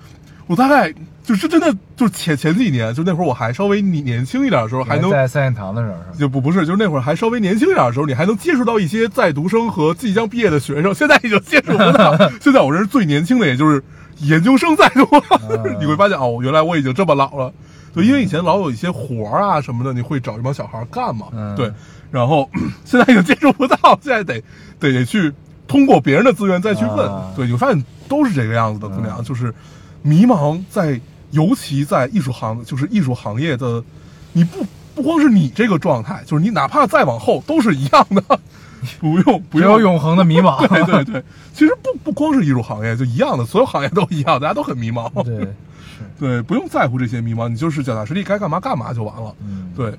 我大概就是真的，就是前前几年，就那会儿我还稍微年年轻一点的时候，还能在三言堂的时候是吧？就不不是，就是那会儿还稍微年轻一点的时候，你还能接触到一些在读生和即将毕业的学生，现在已经接触不到。现在我认识最年轻的，也就是研究生在读啊了。 <laughs> 你会发现哦，原来我已经这么老了。对，因为以前老有一些活儿啊什么的，你会找这帮小孩儿干嘛？嗯对，然后 <clears throat> 现在已经接触不到，现在得得得去通过别人的资源再去问。啊对，你会发现都是这个样子的，姑嗯娘，就是迷茫在，尤其在艺术行，就是艺术行业的，你不不光是你这个状态，就是你哪怕再往后都是一样的，不用不只有用永恒的迷 <laughs> 对茫。对对，其实不不光是艺术行业，就一样的，所有行业都一样，大家都很迷茫。 <laughs> 对，对，不用在乎这些迷茫，你就是脚踏实地，该干嘛干嘛就完了。嗯对，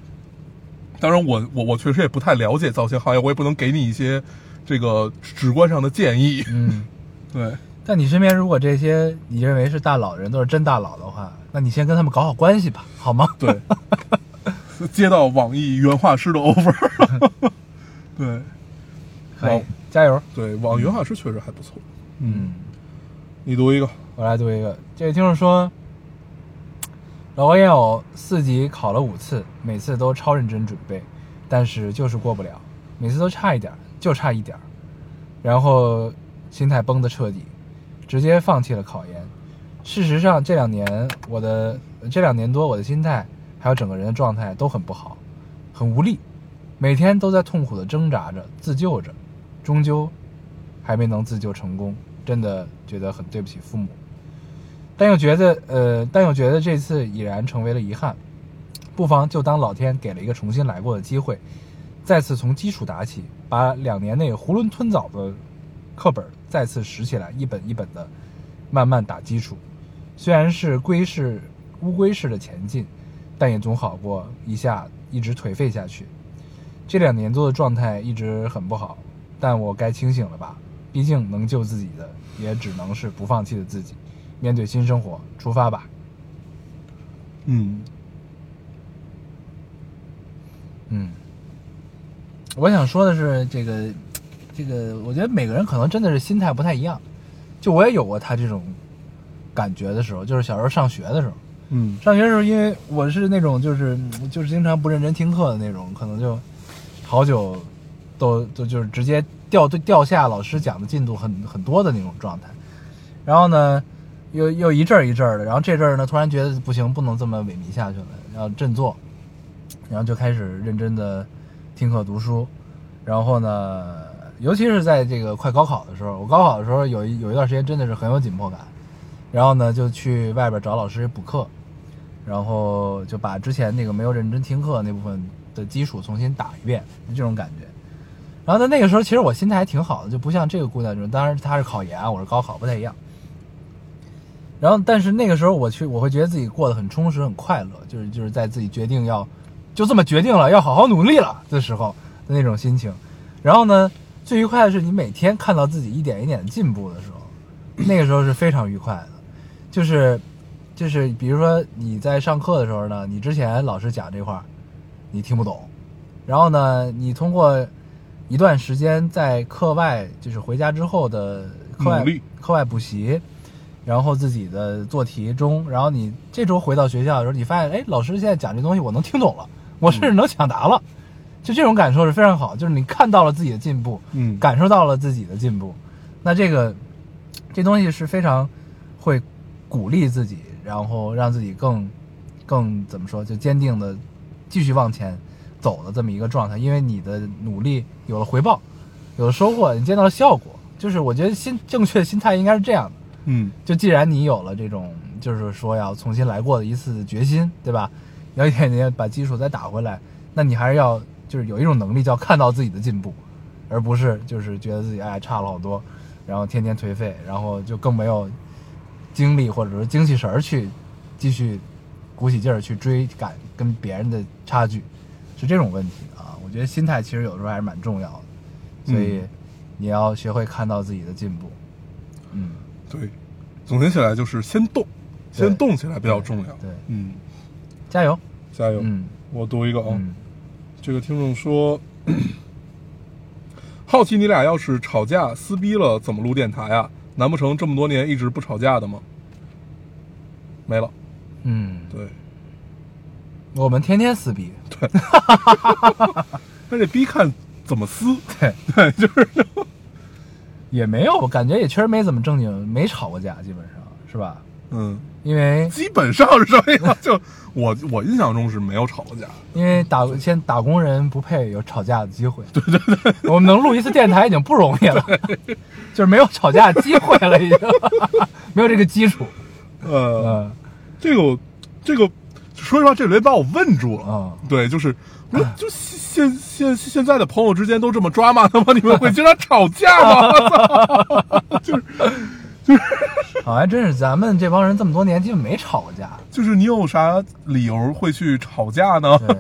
当然我我我确实也不太了解造型行业，我也不能给你一些这个直观上的建议。嗯。对，但你身边如果这些你认为是大佬的人都是真大佬的话，那你先跟他们搞好关系吧，好吗？ <laughs> 对，接到网易原画师的 offer，对可以好，加油。对，网易原画师确实还不错。嗯，你读一个，我来读一个，这位听众说，老高烟偶四级考了五次，每次都超认真准备，但是就是过不了，每次都差一点儿，就差一点儿，然后心态崩得彻底，直接放弃了考研。事实上，这两年我的这两年多，我的心态还有整个人的状态都很不好，很无力，每天都在痛苦的挣扎着、自救着，终究还没能自救成功，真的觉得很对不起父母。但又觉得，呃，但又觉得这次已然成为了遗憾，不妨就当老天给了一个重新来过的机会，再次从基础打起，把两年内囫囵吞枣的课本再次拾起来，一本一本的慢慢打基础。虽然是龟式乌龟式的前进，但也总好过一下一直颓废下去。这两年多的状态一直很不好，但我该清醒了吧？毕竟能救自己的，也只能是不放弃的自己。面对新生活，出发吧。嗯，嗯，我想说的是，这个，这个，我觉得每个人可能真的是心态不太一样。就我也有过他这种感觉的时候，就是小时候上学的时候，嗯上学的时候，因为我是那种就是嗯就是经常不认真听课的那种，可能就好久都都就是直接掉对掉下老师讲的进度很很多的那种状态。然后呢，又又一阵儿一阵儿的，然后这阵儿呢，突然觉得不行，不能这么萎靡下去了，要振作，然后就开始认真的听课读书，然后呢，尤其是在这个快高考的时候。我高考的时候有一有一段时间真的是很有紧迫感，然后呢就去外边找老师补课，然后就把之前那个没有认真听课那部分的基础重新打一遍，就这种感觉。然后呢，那个时候其实我心态还挺好的，就不像这个姑娘这种，当然她是考研，我是高考，不太一样。然后，但是那个时候我去，我会觉得自己过得很充实、很快乐，就是就是在自己决定要就这么决定了，要好好努力了的时候的那种心情。然后呢，最愉快的是你每天看到自己一点一点的进步的时候，那个时候是非常愉快的。就是就是比如说你在上课的时候呢，你之前老师讲这块儿你听不懂，然后呢，你通过一段时间在课外，就是回家之后的课外努力课外补习，然后自己的做题中，然后你这周回到学校的时候，你发现，哎，老师现在讲这东西我能听懂了，我甚至能抢答了，就这种感受是非常好，就是你看到了自己的进步，嗯，感受到了自己的进步，那这个这东西是非常会鼓励自己，然后让自己更更怎么说，就坚定的继续往前走的这么一个状态，因为你的努力有了回报，有了收获，你见到了效果，就是我觉得心正确的心态应该是这样的。嗯就既然你有了这种，就是说要重新来过的一次决心，对吧？要一点点把基础再打回来，那你还是要就是有一种能力叫看到自己的进步，而不是就是觉得自己哎差了好多，然后天天颓废，然后就更没有精力或者说精气神儿去继续鼓起劲儿去追赶跟别人的差距，是这种问题啊。我觉得心态其实有时候还是蛮重要的，所以你要学会看到自己的进步，嗯。对，总结起来就是先动，对先动起来比较重要。对，对嗯，加油！加油！嗯我读一个啊、嗯这个听众说， <coughs> 好奇你俩要是吵架撕逼了，怎么录电台啊？难不成这么多年一直不吵架的吗？没了，嗯，对。我们天天撕逼，但这逼看怎么撕，对对，就是也没有，我感觉也确实没怎么正经，没吵过架，基本上是吧？嗯，因为基本上是这样。就我我印象中是没有吵过架的，因为打先打工人不配有吵架的机会，对对对，我们能录一次电台已经不容易了，就是没有吵架机会了，已 <laughs> 经没有这个基础，呃，嗯这个我这个，说实话，这雷把我问住了。嗯，对，就是，我就现现现在的朋友之间都这么抓马的吗？你们会经常吵架吗？我操就是好像真是咱们这帮人这么多年基本没吵过架，就是，你有啥理由会去吵架呢？对，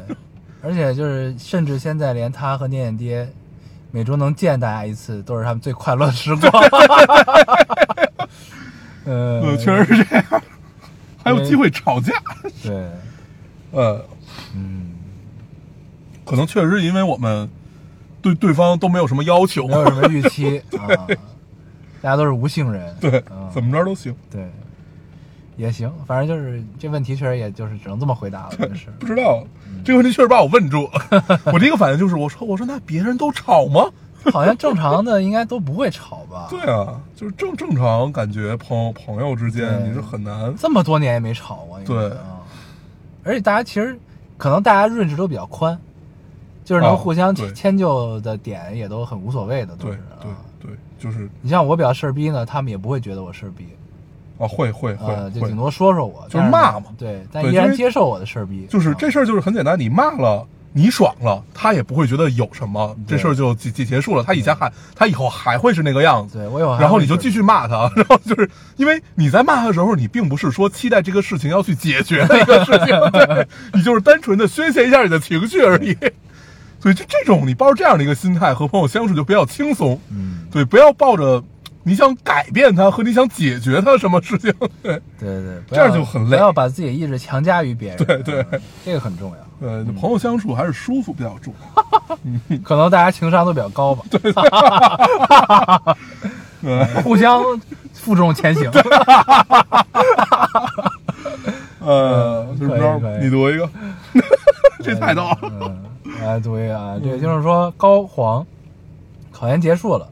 而且就是甚至现在连他和念念爹每周能见大家一次，都是他们最快乐的时光。 <laughs> 呃嗯，，确实是这样，还有机会吵架。对，呃，嗯，可能确实是因为我们对对方都没有什么要求没，有什么预期啊，大家都是无性人， <laughs> 对，嗯怎么着都行，对，也行，反正就是这问题确实也就是只能这么回答了，这 <laughs> 是不知道这个问题确实把我 <laughs> 问住。我第一个反应就是，我说我说那别人都吵吗？好像正常的应该都不会吵吧？对，啊，就是正正常感觉朋友朋友之间对你是很难这么多年也没吵过，应该对啊，而且大家其实可能大家认知都比较宽，就是能啊互相对迁就的点也都很无所谓的，都对是对啊。对，就是你像我比较事儿逼呢，他们也不会觉得我事儿逼，啊，会会会呃，就会顶多说说我，就是但骂嘛对，但对依因然为接受我的事儿逼，就是啊这事儿就是很简单，你骂了。你爽了，他也不会觉得有什么，对这事儿就结结结束了。他以前还，他以后还会是那个样子，对我有，然后你就继续骂他，然后就是因为你在骂他的时候，你并不是说期待这个事情要去解决的一个事情，对你就是单纯的宣泄一下你的情绪而已。所以就这种，你抱着这样的一个心态和朋友相处就比较轻松，嗯，对，不要抱着你想改变他和你想解决他什么事情， <laughs> 对，对对，不这样要就很累不要把自己的意志强加于别人，对对嗯这个很重要。呃，朋友相处还是舒服比较重要。可能大家情商都比较高吧，对， <laughs> 互相负重前行。呃，怎么可以可着？以你读 <laughs> 一个，这太逗了。嗯，来读一个啊，这个就是说高黄，考研结束了，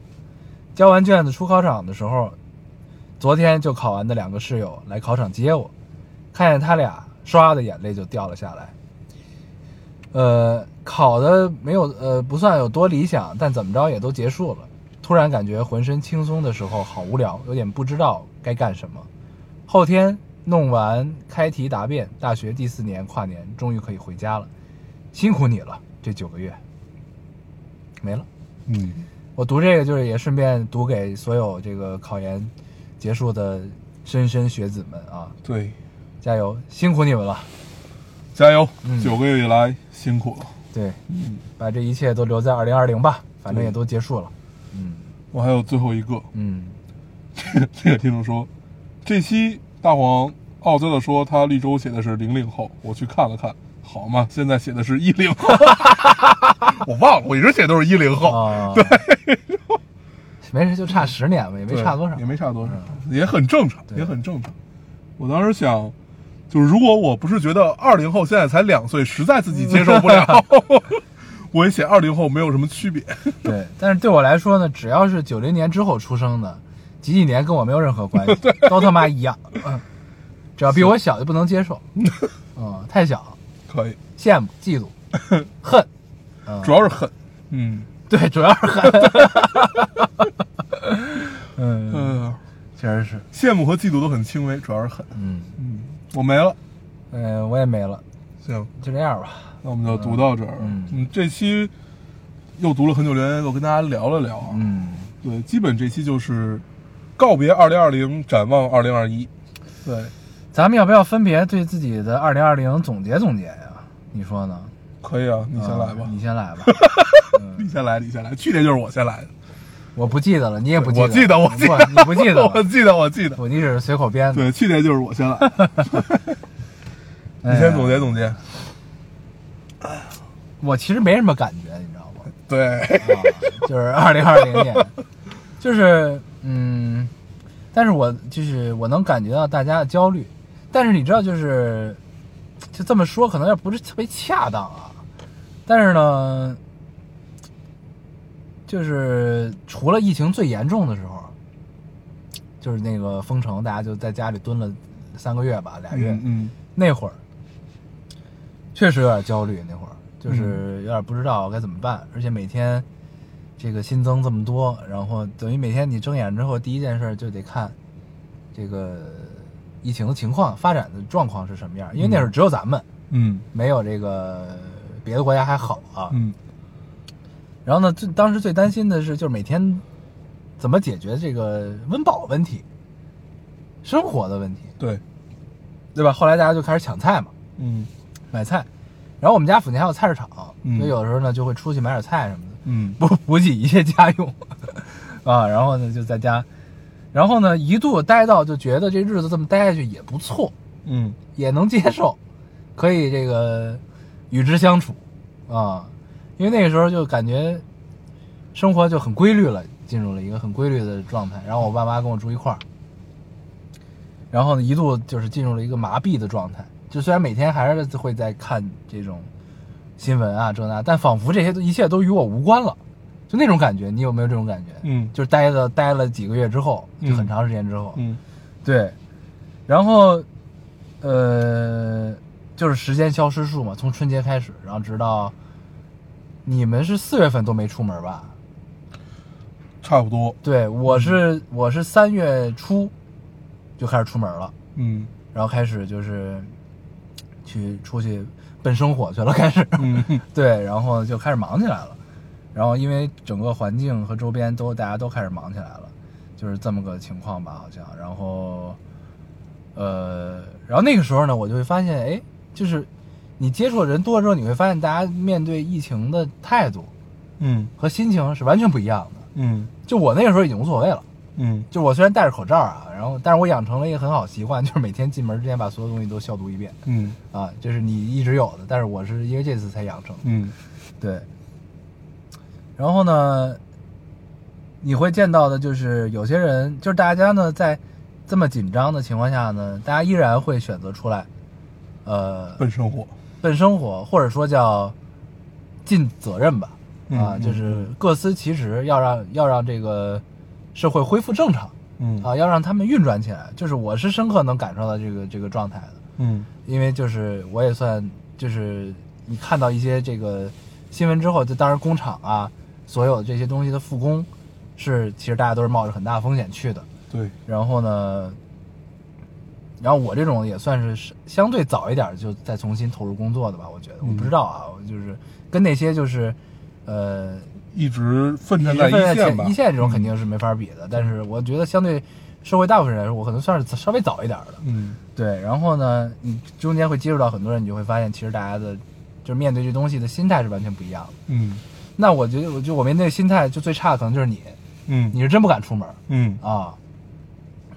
交完卷子出考场的时候，昨天就考完的两个室友来考场接我，看见他俩，唰的眼泪就掉了下来。呃，考的没有呃不算有多理想，但怎么着也都结束了。突然感觉浑身轻松的时候好无聊，有点不知道该干什么。后天弄完开题答辩，大学第四年跨年终于可以回家了，辛苦你了，这九个月。没了。嗯，我读这个就是也顺便读给所有这个考研结束的莘莘学子们啊，对，加油，辛苦你们了。加油嗯！九个月以来辛苦了。对，把这一切都留在二零二零吧，反正也嗯对都结束了。嗯我还有最后一个， <laughs> 嗯，这个听众说，这期大黄傲娇的说他绿洲写的是零零后，我去看了看，好嘛，现在写的是一零后， <laughs> 我忘了，我一直写都是一零后， <laughs> 啊，对，没事，就差十年吧，也没对差多少嗯也。没差多少，也很正常，对也很正常。我当时想，就是如果我不是觉得二零后现在才两岁，实在自己接受不了，嗯 <laughs> 我也写二零后没有什么区别。对，但是对我来说呢，只要是九零年之后出生的，几几年跟我没有任何 <laughs> 关系，都他妈一样。嗯只要比我小就不能接 <laughs> 受，嗯，太小，可以，羡慕、嫉妒、 <laughs> 恨，嗯主要是狠，嗯，对，主要是 <laughs> 恨。嗯，呃，确实是，羡慕和嫉妒都很轻微，主要是狠。嗯嗯，我没了，嗯，我也没了，行。就这样吧。那我们就读到这儿。嗯这期又读了很久留言，又跟大家聊了聊啊。嗯，对，基本这期就是告别二零二零，展望二零二一。对，咱们要不要分别对自己的二零二零总结总结呀？你说呢？可以啊，你先嗯来吧，你 <laughs> 你先来吧。先来， <laughs> 你先来。去年就是我先来的，我不记得了，你也不记得，我记得，我记得，不你不记得 <laughs> 我了，记得，我记得。不，你只是随口编的。对，去年就是我先来。 <laughs> 哎你呀先总结总结。我其实没什么感觉，你知道吗？ <laughs> 对，啊，就是二零二零年，就是嗯，但是我就是我能感觉到大家的焦虑，但是你知道，就是就这么说，可能也不是特别恰当啊，但是呢，就是除了疫情最严重的时候，就是那个封城，大家就在家里蹲了三个月吧，俩月，嗯嗯，那会儿确实有点焦虑，那会儿就是有点不知道该怎么办，而且每天这个新增这么多，然后等于每天你睁眼之后，第一件事就得看这个疫情的情况、发展的状况是什么样，因为那会儿只有咱们，嗯没有这个别的国家还好啊。嗯然后呢，最当时最担心的是，就是每天怎么解决这个温饱问题、生活的问题，对，对吧？后来大家就开始抢菜嘛。嗯买菜，然后我们家附近还有菜市场，嗯所以有时候呢就会出去买点菜什么的，嗯补补给一些家用啊。然后呢就在家，然后呢一度待到就觉得这日子这么待下去也不错，嗯也能接受，可以这个与之相处啊。因为那个时候就感觉生活就很规律了，进入了一个很规律的状态。然后我爸妈跟我住一块儿，然后呢一度就是进入了一个麻痹的状态。就虽然每天还是会在看这种新闻啊这那，但仿佛这些都一切都与我无关了，就那种感觉。你有没有这种感觉？嗯就是待了待了几个月之后，就很嗯长时间之后，嗯对，然后，呃，就是时间消失术嘛，从春节开始，然后直到你们是四月份都没出门吧？差不多。对，我是、我是三月初就开始出门了，嗯然后开始就是去出去奔生活去了，开始， <laughs> 嗯嗯对，然后就开始忙起来了。然后因为整个环境和周边都大家都开始忙起来了，就是这么个情况吧，好像。然后，呃，然后那个时候呢，我就会发现，哎，就是你接触的人多之后，你会发现大家面对疫情的态度嗯和心情是完全不一样的。嗯就我那个时候已经无所谓了，嗯就我虽然戴着口罩啊，然后但是我养成了一个很好习惯，就是每天进门之前把所有东西都消毒一遍嗯啊，这是你一直有的，但是我是因为这次才养成的。嗯对。然后呢，你会见到的就是有些人，就是大家呢在这么紧张的情况下呢，大家依然会选择出来，呃，奔生活。奔生活，或者说叫尽责任吧，啊，嗯就是各司其职，要让要让这个社会恢复正常嗯啊，要让他们运转起来。就是我是深刻能感受到这个这个状态的。嗯因为就是我也算就是你看到一些这个新闻之后，就当然工厂啊，所有这些东西的复工，是其实大家都是冒着很大风险去的。对，然后呢，然后我这种也算是相对早一点就再重新投入工作的吧，我觉得我嗯不知道啊，我就是跟那些就是呃一直奋一战直在奋一战线吧嗯前一。线这种肯定是没法比的，但是我觉得相对社会大部分人来说，我可能算是稍微早一点的。嗯，对，然后呢，你中间会接触到很多人，你就会发现，其实大家的就是面对这东西的心态是完全不一样的。嗯那我觉得，我就我面对心态就最差，可能就是你，嗯你是真不敢出门嗯啊。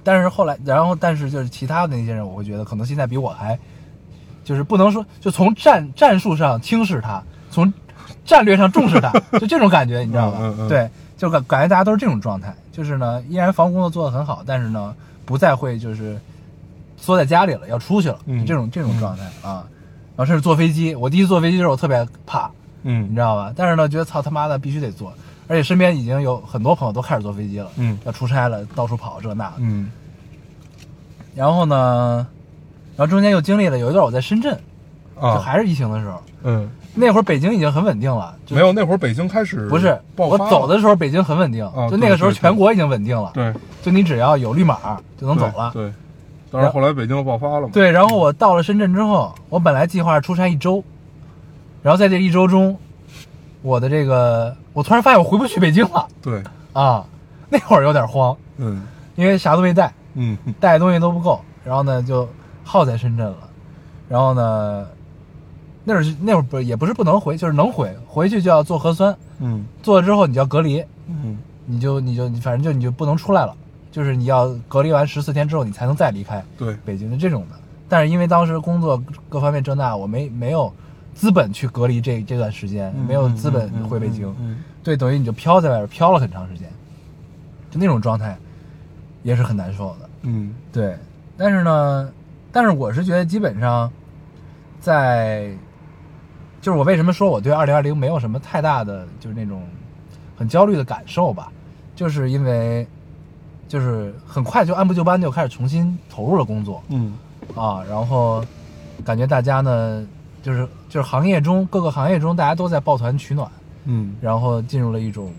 但是后来，然后但是就是其他的那些人，我会觉得可能心态比我还，就是不能说就从战战术上轻视他，从战略上重视 <laughs> 他，就这种感觉，你知道吧？嗯嗯嗯对，就感感觉大家都是这种状态，就是呢，依然防护工作做得很好，但是呢，不再会就是缩在家里了，要出去了，嗯就这种这种状态啊。然后甚至坐飞机，我第一次坐飞机的时候我特别怕，你嗯知道吧？但是呢，觉得操他妈的必须得做，而且身边已经有很多朋友都开始坐飞机了，嗯要出差了，到处跑这那的。嗯然后呢，然后中间又经历了有一段我在深圳，就啊还是疫情的时候，嗯，那会儿北京已经很稳定了，就没有那会儿北京开始不是爆我发走了的时候北京很稳定，啊就那个时候对对对全国已经稳定了，对就你只要有绿码就能走对了。对，当然后来北京爆发了嘛。对，然后我到了深圳之后，我本来计划出差一周，然后在这一周中，我的这个我突然发现我回不去北京了对，啊， <laughs> 那会儿有点慌。嗯因为啥都没带，嗯嗯带的东西都不够，然后呢就耗在深圳了，然后呢，那会儿是那会儿不也不是不能回，就是能回，回去就要做核酸，嗯做了之后你就要隔离，嗯你就你就反正就你就不能出来了，就是你要隔离完十四天之后你才能再离开对，北京的这种的。但是因为当时工作各方面这那，我没没有资本去隔离这这段时间，没有资本回北京，嗯对，等于你就飘在外边飘了很长时间，就那种状态也是很难受的。嗯对，但是呢，但是我是觉得基本上在，就是我为什么说我对二零二零没有什么太大的就是那种很焦虑的感受吧，就是因为就是很快就按部就班地就开始重新投入了工作嗯啊，然后感觉大家呢就是就是行业中各个行业中大家都在抱团取暖，嗯然后进入了一种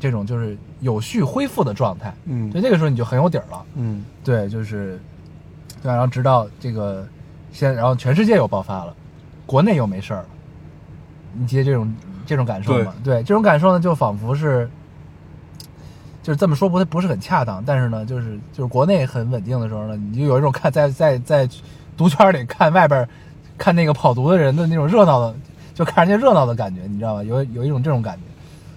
这种就是有序恢复的状态，嗯所以这个时候你就很有底儿了。嗯对，就是对啊，然后直到这个先，然后全世界又爆发了，国内又没事儿了，你接这种这种感受吗？对这种感受呢，就仿佛是就是这么说不不是很恰当，但是呢，就是就是国内很稳定的时候呢，你就有一种看在在在毒圈里看外边儿看那个跑毒的人的那种热闹的，就看人家热闹的感觉，你知道吧？有有一种这种感觉，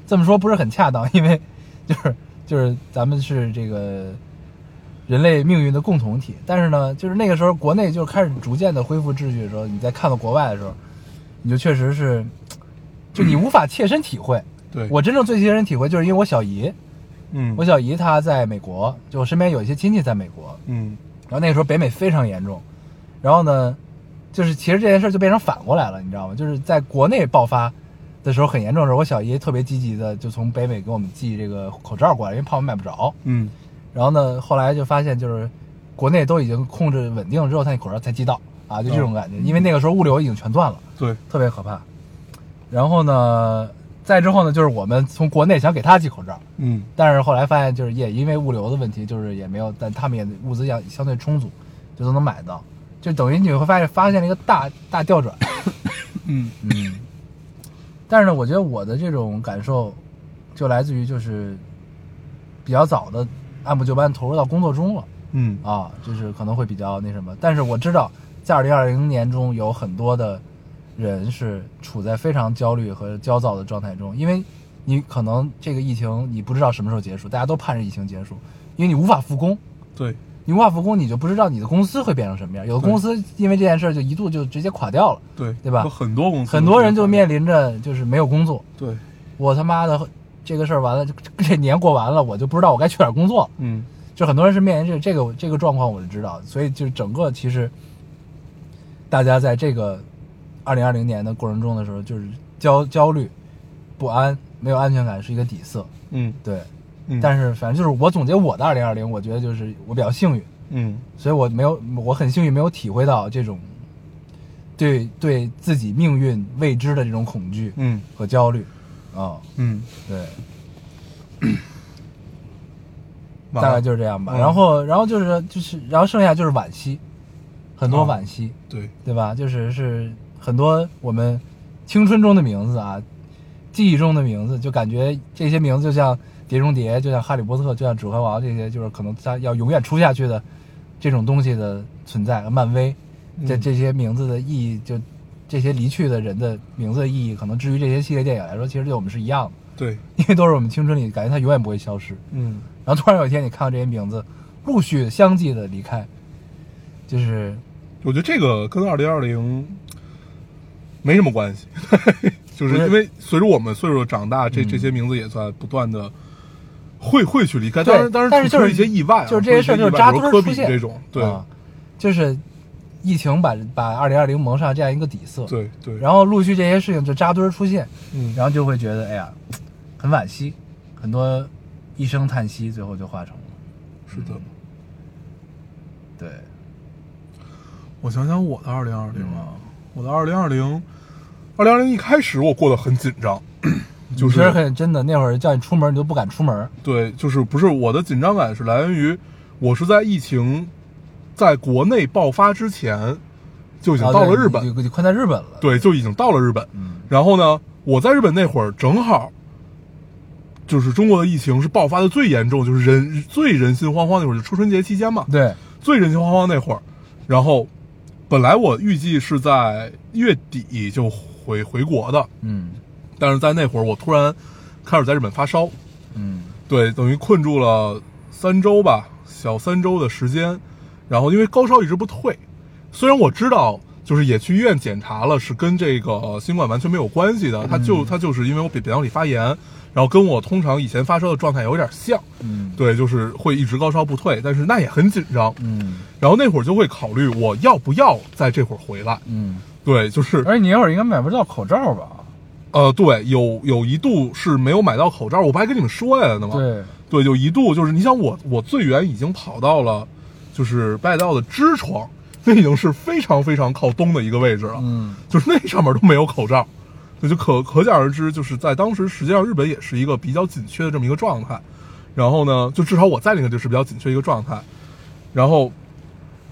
这么说不是很恰当，因为就是就是咱们是这个人类命运的共同体。但是呢，就是那个时候国内就开始逐渐的恢复秩序的时候，你再看到国外的时候，你就确实是，就你无法切身体会。对，我真正最切身体会，就是因为我小姨，嗯我小姨她在美国，就我身边有一些亲戚在美国，嗯然后那个时候北美非常严重，然后呢，就是其实这件事就变成反过来了，你知道吗？就是在国内爆发的时候很严重的时候，我小姨特别积极的就从北美给我们寄这个口罩过来，因为怕我们买不着。嗯然后呢，后来就发现就是国内都已经控制稳定了之后，他那口罩才寄到啊，就这种感觉，因为那个时候物流已经全断了，对，特别可怕。然后呢，再之后呢，就是我们从国内想给他寄口罩，嗯但是后来发现，就是也因为物流的问题，就是也没有，但他们也物资相相对充足，就都能买到，就等于你会发现发现了一个大大调转。嗯嗯，但是呢，我觉得我的这种感受，就来自于就是比较早的按部就班投入到工作中了嗯啊，就是可能会比较那什么。但是我知道，在二零二零年中有很多的人是处在非常焦虑和焦躁的状态中，因为你可能这个疫情你不知道什么时候结束，大家都盼着疫情结束，因为你无法复工。对，你无法复工，你就不知道你的公司会变成什么样。有的对公司因为这件事儿就一度就直接垮掉了，对对吧有很多公司，很多人就面临着就是没有工作，对，我他妈的这个事儿完了，这这年过完了，我就不知道我该去哪儿工作了。嗯就很多人是面临这这个这个状况，我是知道，所以就是整个其实大家在这个二零二零年的过程中的时候，就是焦焦虑、不安、没有安全感是一个底色。嗯对，嗯，但是是反正就是我总结我的二零二零，我觉得就是我比较幸运，嗯所以我没有我很幸运没有体会到这种对对自己命运未知的这种恐惧嗯哦和焦虑啊、嗯，对，完大概了，就是这样吧。嗯然后，然后就是就是，然后剩下就是惋惜，很多啊惋惜，对，对吧？就是是很多我们青春中的名字啊，记忆中的名字，就感觉这些名字就像《碟中谍》，就像《哈利波特》，就像《指环王》这些，就是可能它要永远出下去的这种东西的存在。漫威这嗯这些名字的意义，就这些离去的人的名字的意义，可能至于这些系列电影来说，其实对我们是一样的，对，因为都是我们青春里感觉它永远不会消失。嗯，然后突然有一天，你看到这些名字陆续相继的离开，就是我觉得这个跟二零二零没什么关系， <laughs> 就是不是因为随着我们岁数的长大，这嗯这些名字也在不断的会会去离开，对哎当然当然但是出出就是一些意外啊，就是这些事儿出就一是意外扎比如堆儿科出比现这种，对啊，就是疫情把把二零二零蒙上这样一个底色，，对对，然后陆续这些事情就扎堆儿出现，嗯然后就会觉得哎呀，很惋惜，很多一声叹息，最后就化成了是的，对，我想想我的二零二零嗯啊，我的二零二零，二零二零一开始我过得很紧张，就其实是很真的，那会儿叫你出门你都不敢出门，对，就是不是我的紧张感是来源于我是在疫情在国内爆发之前就已经然后到就了日本，你就你困在日本了，，对，就已经到了日本。嗯然后呢，我在日本那会儿正好就是中国的疫情是爆发的最严重，就是人最人心惶惶那会儿，就春春节期间嘛，对，最人心惶惶那会儿。然后本来我预计是在月底就回回国的，嗯但是在那会儿我突然开始在日本发烧，嗯对，等于困住了三周吧，小三周的时间。然后因为高烧一直不退，虽然我知道就是也去医院检查了，是跟这个呃新冠完全没有关系嗯的，它就它就是因为我扁扁桃体发炎，然后跟我通常以前发烧的状态有点像，嗯对，就是会一直高烧不退，但是那也很紧张。嗯然后那会儿就会考虑我要不要在这会儿回来，嗯，对，就是而且你那会儿应该买不到口罩吧？呃，对，有有一度是没有买到口罩，我不还跟你们说来了呢吗？对，对，就一度就是你想我我最远已经跑到了就是北海道的知床，那已经是非常非常靠东的一个位置了，嗯就是那上面都没有口罩，那就可可想而知，就是在当时实际上日本也是一个比较紧缺的这么一个状态。然后呢，就至少我在那个就是比较紧缺一个状态，然后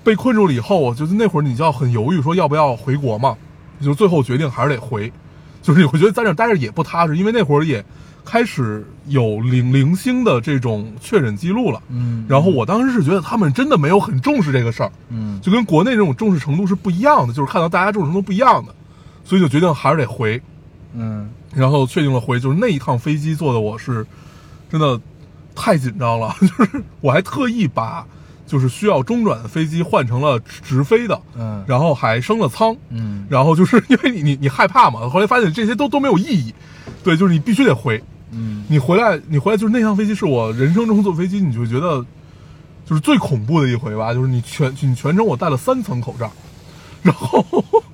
被困住了以后，我就是那会儿你就要很犹豫，说要不要回国嘛？就最后决定还是得回，就是我觉得在这待着也不踏实，因为那会儿也开始有零零星的这种确诊记录了。嗯，然后我当时是觉得他们真的没有很重视这个事儿，嗯就跟国内这种重视程度是不一样的，就是看到大家重视程度不一样的，所以就决定还是得回。嗯然后确定了回，就是那一趟飞机坐的我是真的太紧张了， <laughs> 就是我还特意把就是需要中转的飞机换成了直直飞的，嗯，然后还升了舱，嗯然后就是因为你你你害怕嘛，后来发现这些都都没有意义，对，就是你必须得回，嗯你回来你回来就是那趟飞机是我人生中坐飞机你就会觉得就是最恐怖的一回吧，就是你全你全程我戴了三层口罩，然后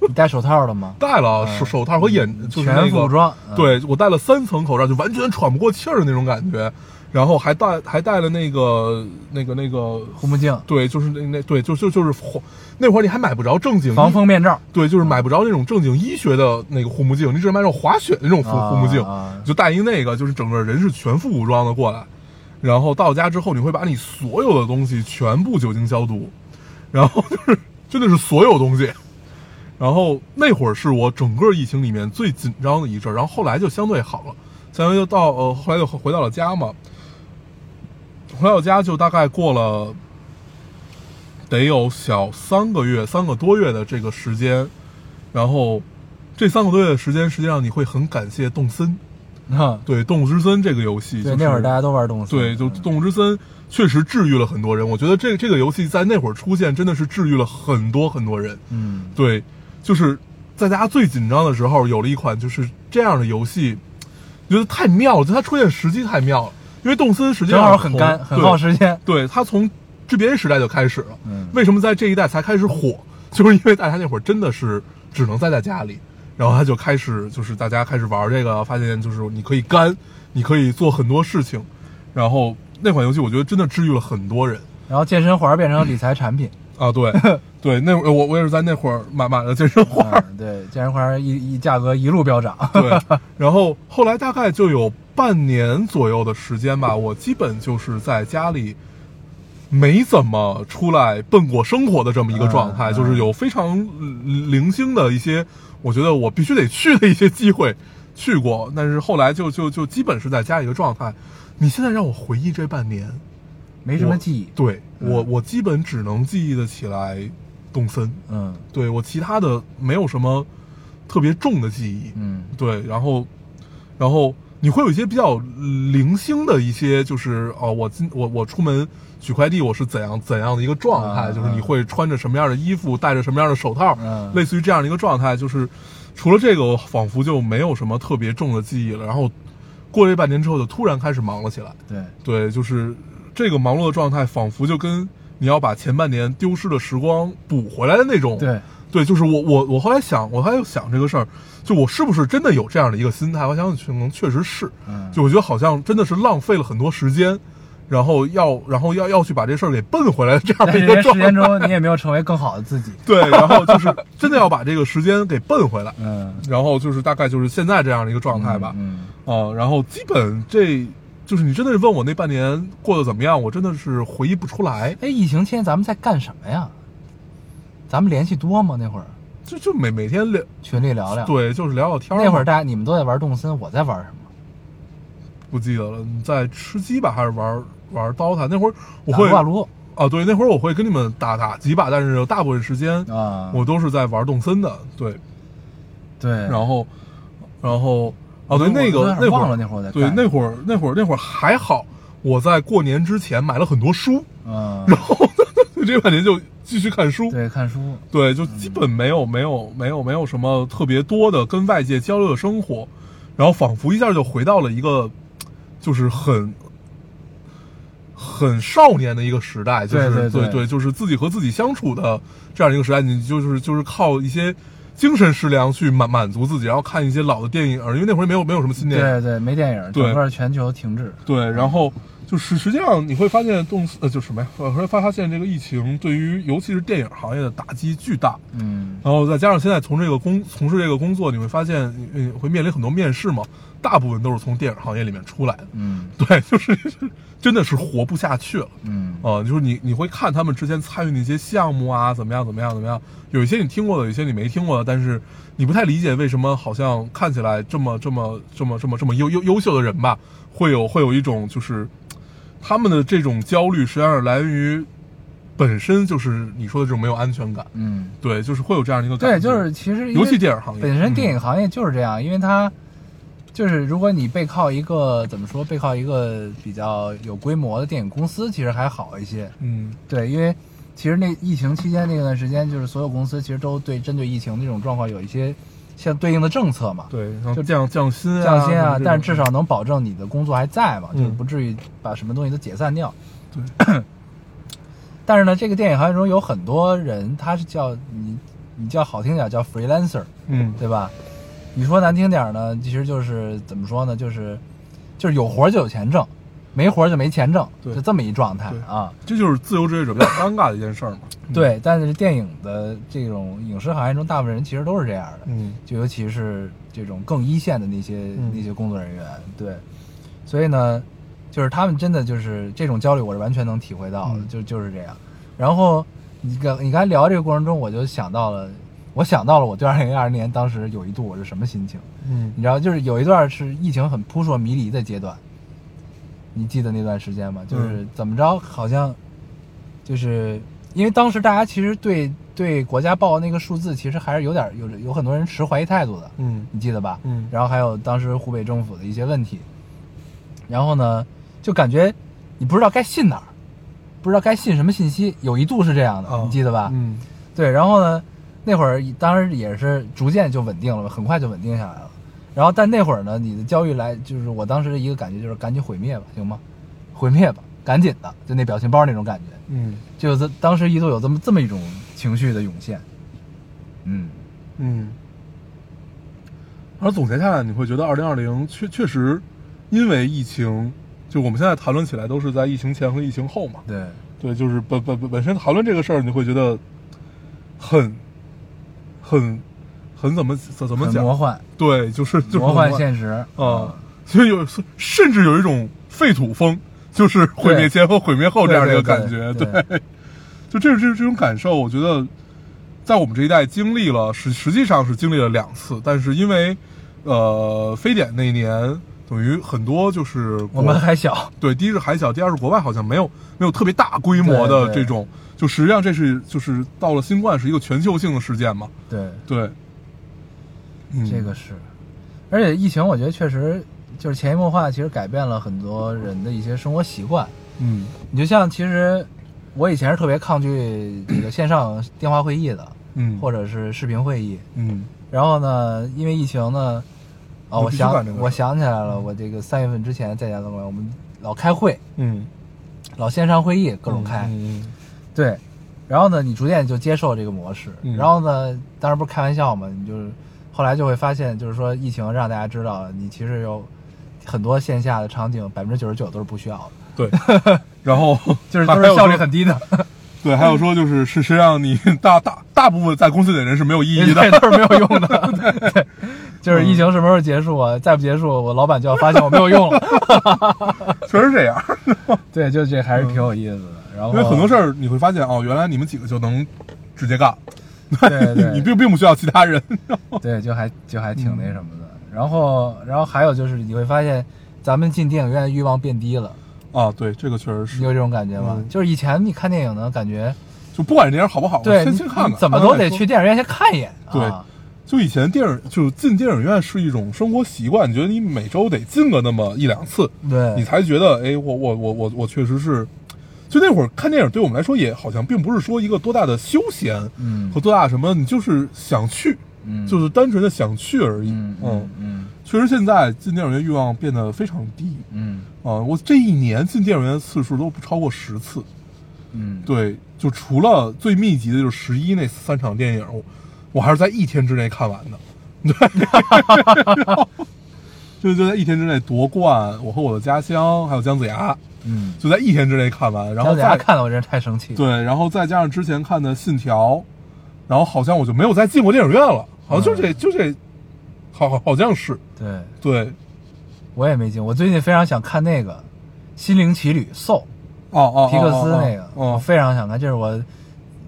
你戴手套了吗？戴了 <laughs> 手手套和眼就是那全副个武装，嗯，对我戴了三层口罩，就完全喘不过气儿的那种感觉，然后还戴还戴了那个那个那个，护目镜、对，就是那那对，就就就是红那会儿你还买不着正经防医风面罩，对，就是买不着那种正经医学的那个护目镜，你只能买那种滑雪的那种护啊护目镜啊，就戴一那个，就是整个人是全副武装的过来。然后到家之后，你会把你所有的东西全部酒精消毒，然后就是真的是所有东西。然后那会儿是我整个疫情里面最紧张的一阵儿，然后后来就相对好了，相对就到呃后来就回到了家嘛，回到家就大概过了得有小三个月、三个多月的这个时间，然后这三个多月的时间，实际上你会很感谢动森，嗯，对《动物之森》这个游对，戏，就是那会儿大家都玩东西，对，就《动物之森》确实治愈了很多人。我觉得这这个游戏在那会儿出现，真的是治愈了很多很多人。嗯对，就是在大家最紧张的时候，有了一款就是这样的游戏，觉得太妙了，就它出现时机太妙了。因为动森实际正上好很从干，很对耗时间，对，它从 GBA 时代就开始了。嗯为什么在这一代才开始火？ <laughs> 就是因为大家那会儿真的是只能待在家里，然后他就开始就是大家开始玩这个，发现就是你可以干，你可以做很多事情，然后那款游戏我觉得真的治愈了很多人然后健身环变成理财产品，啊。对，对，那会儿我我也是在那会儿买买了健身环，嗯对，健身环一一价格一路飙涨，对，然后后来大概就有半年左右的时间吧，我基本就是在家里没怎么出来奔过生活的这么一个状态，嗯嗯就是有非常嗯零星的一些，我觉得我必须得去的一些机会去过，但是后来就就就基本是在家里的状态。你现在让我回忆这半年，没什么记忆。对嗯我我基本只能记忆得起来动森，嗯对我其他的没有什么特别重的记忆，嗯对，然后，然后你会有一些比较零星的一些，就是哦，我今我我出门取快递，我是怎样怎样的一个状态，啊就是你会穿着什么样的衣服，戴着什么样的手套，嗯类似于这样的一个状态，就是除了这个，仿佛就没有什么特别重的记忆了。然后过了这半年之后，就突然开始忙了起来。对，对，就是这个忙碌的状态，仿佛就跟你要把前半年丢失的时光补回来的那种，对，对，就是我我我后来想，我后来又想这个事儿，就我是不是真的有这样的一个心态？我想可能确实是，嗯就我觉得好像真的是浪费了很多时间，然后要然后要要去把这事儿给奔回来的这样但的是这一些个时状态间，中，你也没有成为更好的自己。对，然后就是真的要把这个时间给奔回来，嗯，然后就是大概就是现在这样的一个状态吧，嗯，哦，然后基本这就是你真的是问我那半年过得怎么样，我真的是回忆不出来，哎，疫情期间咱们在干什么呀？咱们联系多吗？那会儿就就每每天聊，群里聊聊。，对，就是聊聊天儿嘛。那会儿大家你们都在玩动森，我在玩什么？不记得了，你在吃鸡吧还是玩玩 DOTA？那会儿我打会撸啊撸啊，对，那会儿我会跟你们打打几把，但是有大部分时间啊，嗯我都是在玩动森的，对，对，然后然后我哦对，都那我个都那有点会忘了儿那会儿我在对干那会儿那会儿那会儿还好，我在过年之前买了很多书，嗯，然后 <laughs> 这半年就继续看书，对，看书，对，就基本没有没有没有没有什么特别多的跟外界交流的生活，然后仿佛一下就回到了一个就是很很少年的一个时代，就是对对对对就是自己和自己相处的这样一个时代，你就是就是靠一些精神食粮去满满足自己，然后看一些老的电影，因为那会儿没有没有什么新电对影，对，没电影，对整个全球停滞。对，然后就是实际上你会发现动呃就什么呀，我会发现这个疫情对于尤其是电影行业的打击巨大，嗯，然后再加上现在从这个工从事这个工作，你会发现你你会面临很多面试嘛，大部分都是从电影行业里面出来的， <laughs> 嗯对，就是 <laughs> 真的是活不下去了嗯啊、就是你你会看他们之前参与的一些项目啊，怎么样怎么样怎么样，有一些你听过的，有一些你没听过的，但是你不太理解为什么好像看起来这么这么这么这么这么优优优秀的人吧，会有会有一种就是他们的这种焦虑，实际上是来源于本身就是你说的这种没有安全感。嗯，对，就是会有这样的一个感对，觉。就是其实因为尤其电影行业，本身电影嗯、行业就是这样，因为它就是如果你背靠一个怎么说，背靠一个比较有规模的电影公司，其实还好一些。嗯，对，因为其实那疫情期间那段时间，就是所有公司其实都对针对疫情这种状况有一些相对应的政策嘛。对，然后降降薪啊，降薪啊什么这，种但至少能保证你的工作还在嘛，嗯就是不至于把什么东西都解散掉。对。 <clears throat> 但是呢，这个电影行业中有很多人，他是叫你，你叫好听点儿叫 freelancer，嗯，对吧？你说难听点儿呢，其实就是怎么说呢，就是就是有活儿就有钱挣，没活儿就没钱挣，对就这么一状态对啊。这就是自由职业者比较尴尬的一件事儿嘛。嗯，对，但是电影的这种影视行业中，大部分人其实都是这样的。嗯就尤其是这种更一线的那些、嗯那些工作人员，对，所以呢，就是他们真的就是这种焦虑，我是完全能体会到的，嗯就就是这样。然后你刚你刚才聊这个过程中，我就想到了，我想到了我对二零二零年当时有一度我是什么心情，嗯你知道，就是有一段是疫情很扑朔迷离的阶段，你记得那段时间吗？嗯就是怎么着，好像就是因为当时大家其实对对国家报那个数字，其实还是有点有有很多人持怀疑态度的，嗯你记得吧？嗯然后还有当时湖北政府的一些问题，然后呢，就感觉你不知道该信哪儿，不知道该信什么信息，有一度是这样的，啊你记得吧？嗯对，然后呢，那会儿当然也是逐渐就稳定了，很快就稳定下来了。然后但那会儿呢，你的焦虑来就是我当时的一个感觉就是赶紧毁灭吧，行吗？毁灭吧，赶紧的，就那表情包那种感觉，嗯就这当时一度有这么这么一种情绪的涌现。嗯，嗯。而总结下来，你会觉得二零二零确确实因为疫情，就我们现在谈论起来都是在疫情前和疫情后嘛。对，对，就是本本本本身谈论这个事儿，你会觉得很很很怎么怎怎么很讲魔？幻，对，就是就是魔幻现。现实。啊，所以有甚至有一种废土风，就是毁灭前和毁灭后这样的一个感觉，对对对 <laughs> 就这这这种感受，我觉得在我们这一代经历了，实实际上是经历了两次，但是因为呃非典那一年，等于很多就是我国们还小，对，第一是还小，第二是国外好像没有没有特别大规对模的对这种，就实际上这是就是到了新冠是一个全球性的事件嘛，对，对，嗯，这个是，而且疫情我觉得确实就是潜移默化，其实改变了很多人的一些生活习惯。嗯你就像其实我以前是特别抗拒这个线上电话会议的，嗯，或者者是视频会议。嗯然后呢，因为疫情呢，啊、你我必须干这想个我想起来了，我这个三月份之前在家办公，我们老开会，嗯老线上会议各种开，嗯对。然后呢，你逐渐就接受这个模式。嗯然后呢，当然不是开玩笑嘛，你就是后来就会发现，就是说疫情让大家知道，你其实有很多线下的场景，百分之九十九都是不需要的，啊对， <laughs> 然后 <laughs> 就是还都还是有效率说很低的，对，还有说就是是实际上你 <laughs> 大大大部分在公司里的人是没有意义的，对，都是没有用的。 <laughs> 对，就是疫情什么时候结束啊？再不结束，我老板就要发现我没有用了。 <laughs> 嗯确实这样。对，就这还是挺有意思的。然后因为很多事儿你会发现哦，原来你们几个就能直接干，对对 <laughs> 你并并不需要其 <laughs> 他人。对，就还就还挺那什么的。然后然后还有就是你会发现，咱们进电影院的欲望变低了，啊，对，这个确实你是，有这种感觉吗？嗯就是以前你看电影呢，感觉就不管这电影好不好，对先你先看看，你怎么看看都再得说去。电影院先看一眼。对啊、就以前电影就进电影院是一种生活习惯，你觉得你每周得进个那么一两次，对，你才觉得哎，我我我我我确实是。就那会儿看电影对我们来说也好像并不是说一个多大的休闲嗯和多大什么，你就是想去，嗯就是单纯的想去而已。嗯嗯嗯确实现在进电影院欲望变得非常低嗯啊、我这一年进电影院的次数都不超过十次，嗯，对，就除了最密集的就是十一那三场电影，我我还是在一天之内看完的，对， <laughs> 就就在一天之内夺冠，我和我的家乡还有姜子牙，嗯。就在一天之内看完，然后姜子牙再看的我真是太生气了。对，然后再加上之前看的《信条》，然后好像我就没有再进过电影院了，好像就嗯这、就这，好好好像是对，对，我也没进。我最近非常想看那个《心灵奇旅》，Soul。哦哦，皮克斯哦那个，哦我哦非常想看，这是我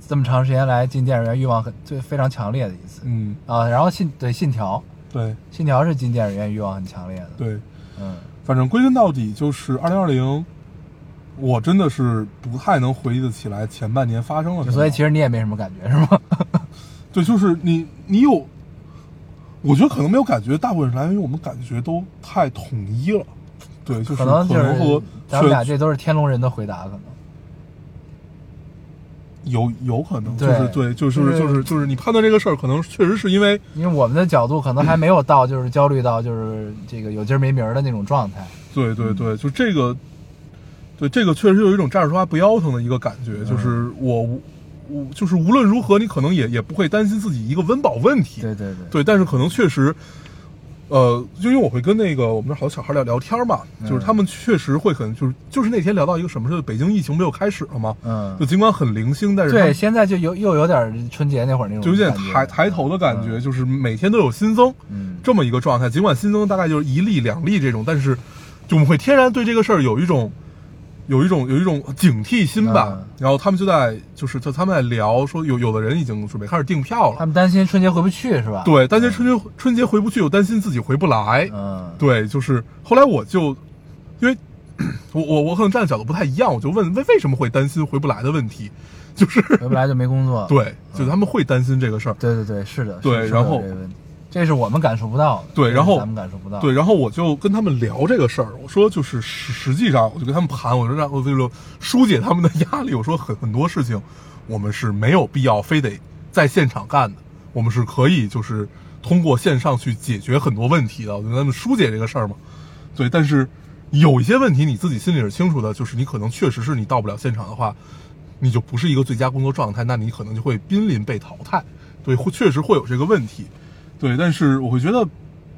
这么长时间来进电影院欲望很最非常强烈的一次嗯，啊。然后信对信条，对信条是进电影院欲望很强烈的，对，嗯，反正归根到底就是二零二零，我真的是不太能回忆得起来前半年发生了就什么。所以其实你也没什么感觉是吗？ <laughs> 对，就是你你有，我觉得可能没有感觉，大部分人来源于我们感觉都太统一了。对，就是可能就是和咱们俩确这都是天龙人的回答，可能有有可能，就对是对，就是就是就是就是你判断这个事儿，可能确实是因为因为我们的角度可能还没有到就是焦虑到就是这个有今儿没名儿的那种状态，对对嗯对，就这个，对这个确实有一种站着说话不腰疼的一个感觉，就是嗯我无我就是无论如何，你可能也也不会担心自己一个温饱问题，对对对，对，但是可能确实，呃，就因为我会跟那个我们那好多小孩聊聊天嘛，嗯就是他们确实会很就是就是那天聊到一个什么事儿，北京疫情不就开始了吗？嗯就，尽管很零星，但是他对，们现在就有又有点春节那会儿那种就有点感觉抬抬头的感觉，嗯就是每天都有新增，嗯这么一个状态。尽管新增大概就是一例两例这种，但是就我们会天然对这个事儿有一种有一种有一种警惕心吧。嗯然后他们就在就是就他们在聊说有有的人已经准备开始订票他了，们担心春节回不去是吧？，对，担心春节春节回不去，又担心自己回不来，嗯，对，就是后来我就因为 <coughs> 我我我可能站的角度不太一样，我就问为为什么会担心回不来的问题，就是回不来就没工作，对，就是他们会担心这个事儿。对对对，是的，对是然后是有这个问题，这是我们感受不到的，对这是然后咱们感受不到，对，，然后我就跟他们聊这个事儿，我说就是实实际上，我就跟他们盘，我就让我就是疏解他们的压力。我说很很多事情，我们是没有必要非得在现场干的，我们是可以就是通过线上去解决很多问题的。我就跟他们疏解这个事儿嘛。对，但是有一些问题你自己心里是清楚的，就是你可能确实是你到不了现场的话，你就不是一个最佳工作状态，那你可能就会濒临被淘汰。对，会确实会有这个问题。对，但是我会觉得，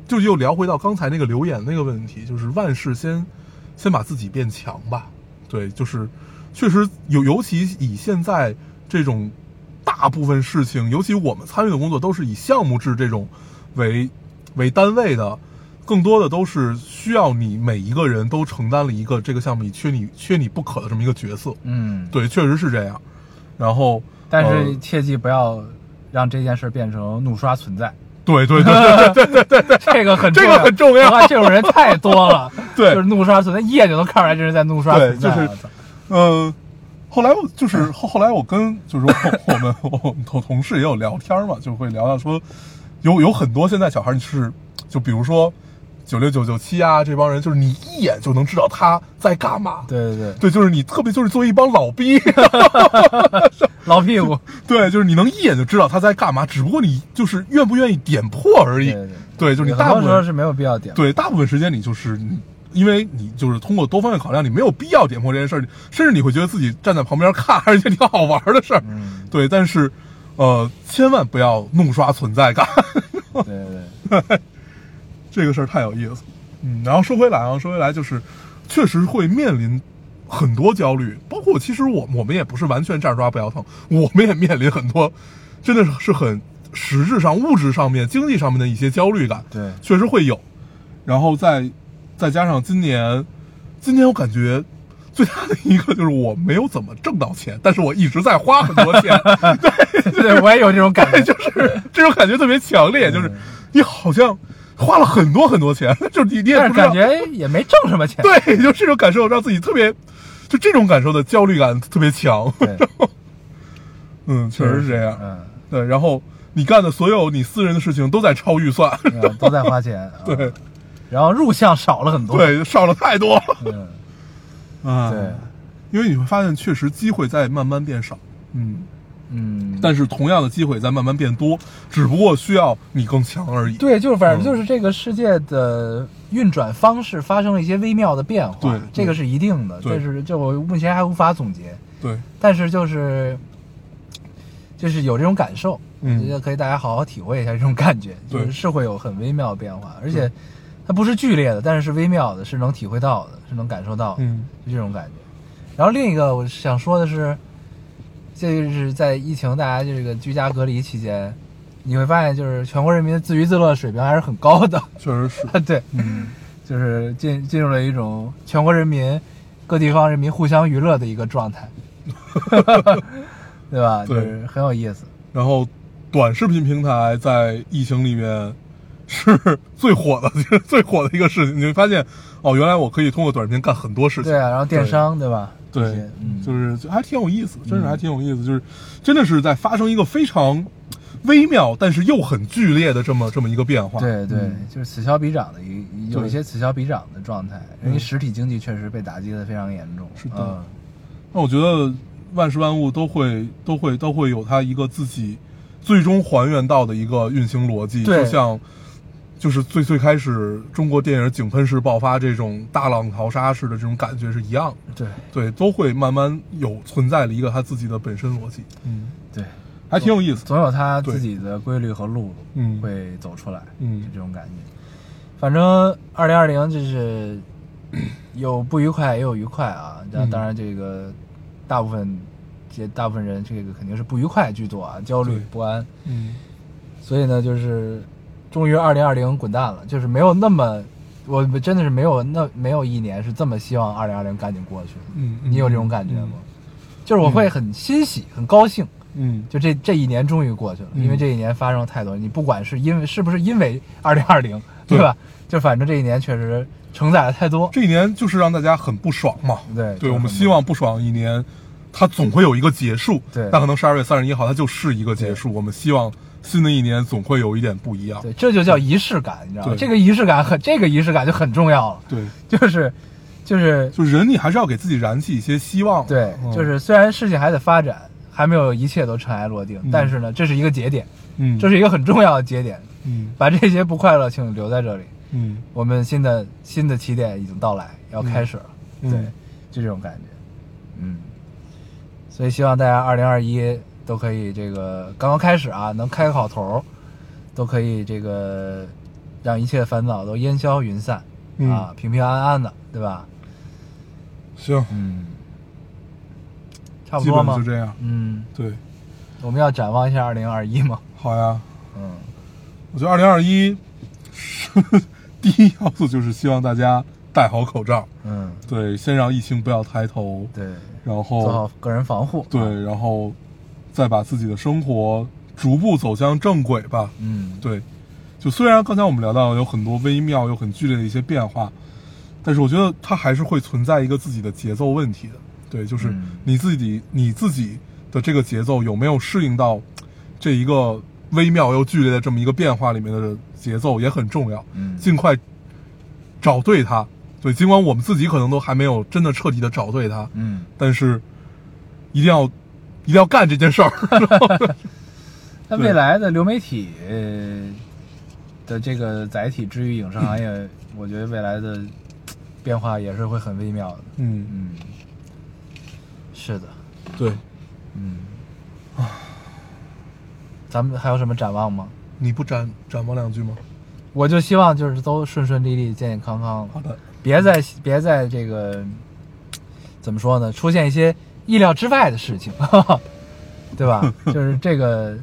就又聊回到刚才那个留言那个问题，就是万事先先把自己变强吧。对，就是确实有，尤其以现在这种大部分事情，尤其我们参与的工作都是以项目制这种为为单位的，更多的都是需要你每一个人都承担了一个这个项目里缺你缺你不可的这么一个角色。嗯，对，确实是这样。然后，但呃是切记不要让这件事变成怒刷存在，对对对对对这个很这个很重重要我看这种人太多了， <laughs> 对就是怒刷存在，一眼就能看出来这是在怒刷对存在。就是我操呃，后来我就是后后来我跟就是说我们我们同同事也有聊天嘛，就会聊到说，有有很多现在小孩儿你是就比如说九六九九七啊这帮人，就是你一眼就能知道他在干嘛。对对对，对，就是你特别就是作为一帮老逼， <laughs> 老屁股，对，就是你能一眼就知道他在干嘛，只不过你就是愿不愿意点破而已。对对对就是你很大多部时候分是没有必要点。对大部分时间你就是你，因为你就是通过多方面考量，你没有必要点破这件事儿，甚至你会觉得自己站在旁边看，而且挺好玩的事儿。嗯，对，但是呃，千万不要怒刷存在感， <laughs> 对对对，这个事儿太有意思。嗯，然后说回来啊，说回来就是，确实会面临很多焦虑，包括其实我我们也不是完全站着抓不摇疼，我们也面临很多，真的是是很实质上、物质上面、经济上面的一些焦虑感， <laughs> 对确实会有。然后再再加上今年，今年我感觉。最大的一个就是我没有怎么挣到钱，但是我一直在花很多钱， <laughs> 对对，我也有这种感觉，就是这种感觉特别强嗯烈，就是你好像花了很多很多钱，就是你你也但不是知感道觉也没挣什么钱。对，就是这种感受让自己特别，就这种感受的焦虑感特别强。 <laughs> 对，嗯，确实是这样。嗯，对，然后你干的所有你私人的事情都在超预算， <laughs> 嗯都在花钱。啊对，然后入项少了很多。，对，少了太多了。嗯，啊对，，因为你会发现，确实机会在慢慢变少。嗯，嗯，但是同样的机会在慢慢变多，只不过需要你更强而已。对，就是反正嗯就是这个世界的运转方式发生了一些微妙的变化，对这个是一定的，对但是这我目前还无法总结，对，但是就是就是有这种感受，嗯我觉得可以大家好好体会一下这种感觉，就对是是会有很微妙的变化，而且它不是剧烈的，但是是微妙的，是能体会到的，是能感受到的，嗯就这种感觉。然后另一个我想说的是，这就是在疫情大家这个居家隔离期间，你会发现就是全国人民的自娱自乐水平还是很高的，确实是。 <laughs> 对，嗯，就是进进入了一种全国人民各地方人民互相娱乐的一个状 <laughs> 态，对吧？对就是很有意思。然后短视频平台在疫情里面是 <laughs> 最火的， <laughs> 就是最火的一个事情。你会发现，哦，原来我可以通过短视频干很多事情对。啊，然后电商对吧？这对些嗯，就是就还挺有意思，真是还挺有意思，就是真的是在发生一个非常微妙，但是又很剧烈的这么这么一个变化。对对，嗯就是此消彼长的一有对一些此消彼长的状态，因嗯为实体经济确实被打击的非常严重。是的嗯那我觉得万事万物都会都会都会有它一个自己最终还原到的一个运行逻辑，对就像就是最最开始中国电影井喷式爆发这种大浪淘沙式的这种感觉是一样的，对对，都会慢慢有存在了一个它自己的本身逻辑，嗯，对，还挺有意思，总有它对自己的规律和路嗯会走出来，嗯就这种感觉。反正二零二零就是 <coughs> 有不愉快也有愉快啊，那嗯当然这个大部分这大部分人这个肯定是不愉快居多啊，焦虑对不安，嗯，所以呢就是终于二零二零滚蛋了，就是没有那么。我真的是没有那没有一年是这么希望二零二零赶紧过去的，嗯嗯你有这种感觉吗？就是我会很欣喜，很高兴，嗯，就这这一年终于过去了，嗯因为这一年发生了太多，你不管是因为是不是因为二零二零，对对吧？就反正这一年确实承载了太多，这一年就是让大家很不爽嘛，对对就我们很希望不爽一年，它总会有一个结束。对那可能十二月三十一号它就是一个结束。我们希望新的一年总会有一点不一样。对，这就叫仪式感，你知道吗对？这个仪式感很，这个仪式感就很重要了，对， <laughs> 就是就是就人你还是要给自己燃起一些希望。对，嗯就是虽然事情还得发展，还没有一切都尘埃落定，嗯但是呢，这是一个节点，嗯，这是一个很重要的节点，嗯把这些不快乐请留在这里，嗯我们新的新的起点已经到来，要开始了，嗯对嗯，就这种感觉，嗯，所以希望大家二零二一都可以这个刚刚开始啊，能开个好头儿，都可以这个让一切烦恼都烟消云散、嗯啊，平平安安的，对吧？行，嗯，差不基多本就吗？这样。嗯，对，我们要展望一下二零二一吗？好呀。嗯，我觉得二零二一是 <laughs> 第一要素就是希望大家戴好口罩，嗯，对，先让疫情不要抬头，对，然做后好个人防护。对，然后再把自己的生活逐步走向正轨吧。嗯，对，就虽然刚才我们聊到有很多微妙又很剧烈的一些变化，但是我觉得它还是会存在一个自己的节奏问题的。对，就是嗯你自己你自己的这个节奏有没有适应到这一个微妙又剧烈的这么一个变化里面的节奏也很重要。嗯尽快找对它。对，尽管我们自己可能都还没有真的彻底的找对它，嗯，但是一定要一定要干这件事儿。那对未来的流媒体呃的这个载体之于影视行 <laughs> 业，我觉得未来的变化也是会很微妙的。嗯， <laughs> 嗯，是的，对，嗯，咱们还有什么展望吗？你不展展望两句吗？我就希望就是都顺顺利利、健健康康，好的，别再别再这个怎么说呢，出现一些意料之外的事情， <laughs> 对 <laughs> 吧？就是这个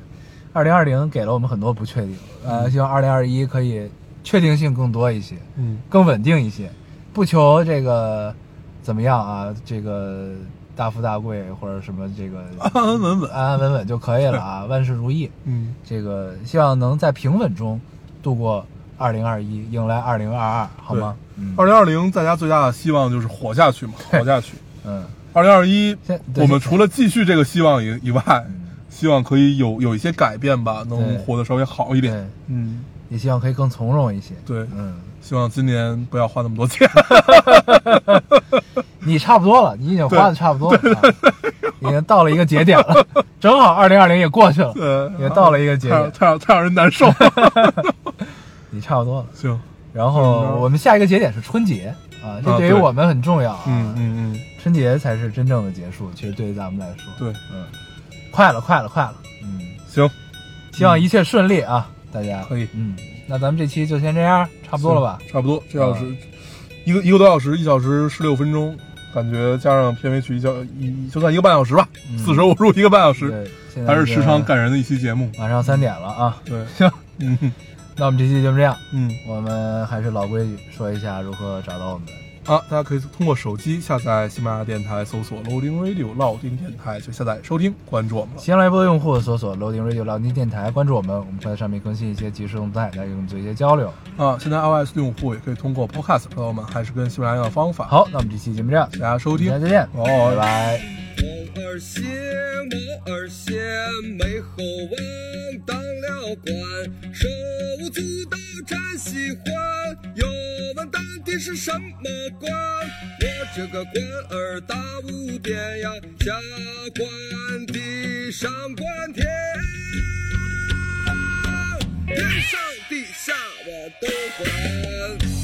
二零二零给了我们很多不确定，呃，希望二零二一可以确定性更多一些，嗯更稳定一些，不求这个怎么样啊，这个大富大贵或者什么这个安安稳稳安安稳稳就可以了啊，万事如意。嗯，这个希望能在平稳中度过二零二一，迎来二零二二，好吗？嗯二零二零大家最大的希望就是活下去嘛，活下去。嗯，二零二一现，对我们除了继续这个希望以以外嗯，希望可以有有一些改变吧，能对活得稍微好一对点。，嗯，也希望可以更从容一些。对嗯，希望今年不要花那么多钱。你差不多了，你已经花的差不多了，啊已经到了一个节点了， <laughs> 正好二零二零也过去了，对，也到了一个节太让点， <laughs> 太让太让人难受。 <laughs> 你差不多了。行，然嗯后我们下一个节点是春节啊，这啊对于对我们很重要啊。嗯嗯嗯，春节才是真正的结束，其实对于咱们来说，对，嗯，快了，快了，快了，嗯。行，希望一切顺利啊，大家可以嗯，那咱们这期就先这样，差不多了吧？嗯嗯差不多，这小时一个一个多小时，一小时十六分钟，感觉加上片尾曲一小一就算一个半小时吧，四舍五入一个半小时，嗯对，现在还是这时个常感人的一期节目。马上三点了啊， <laughs> 对，行，嗯那我们这期就这样，嗯我们还是老规矩，说一下如何找到我们。啊，大家可以通过手机下载喜马拉雅电台，搜索 Loading Radio 老丁电台就下载收听，关注我们了。新浪微博用户搜索 Loading Radio 老丁电台，关注我们，我们会在上面更新一些即时动态，来跟我们做一些交流。啊，现在 iOS 用户也可以通过 Podcast 找到我们，还是跟喜马拉雅一样的方法。，好，那我们这期节目这样，大家收大听家，再见，哦拜拜。摩尔县，摩尔县，美猴王当了官，手足刀斩喜欢。有问当地是什么官？我这个官儿大无边呀，下官地上官天，天上地下我都管。啊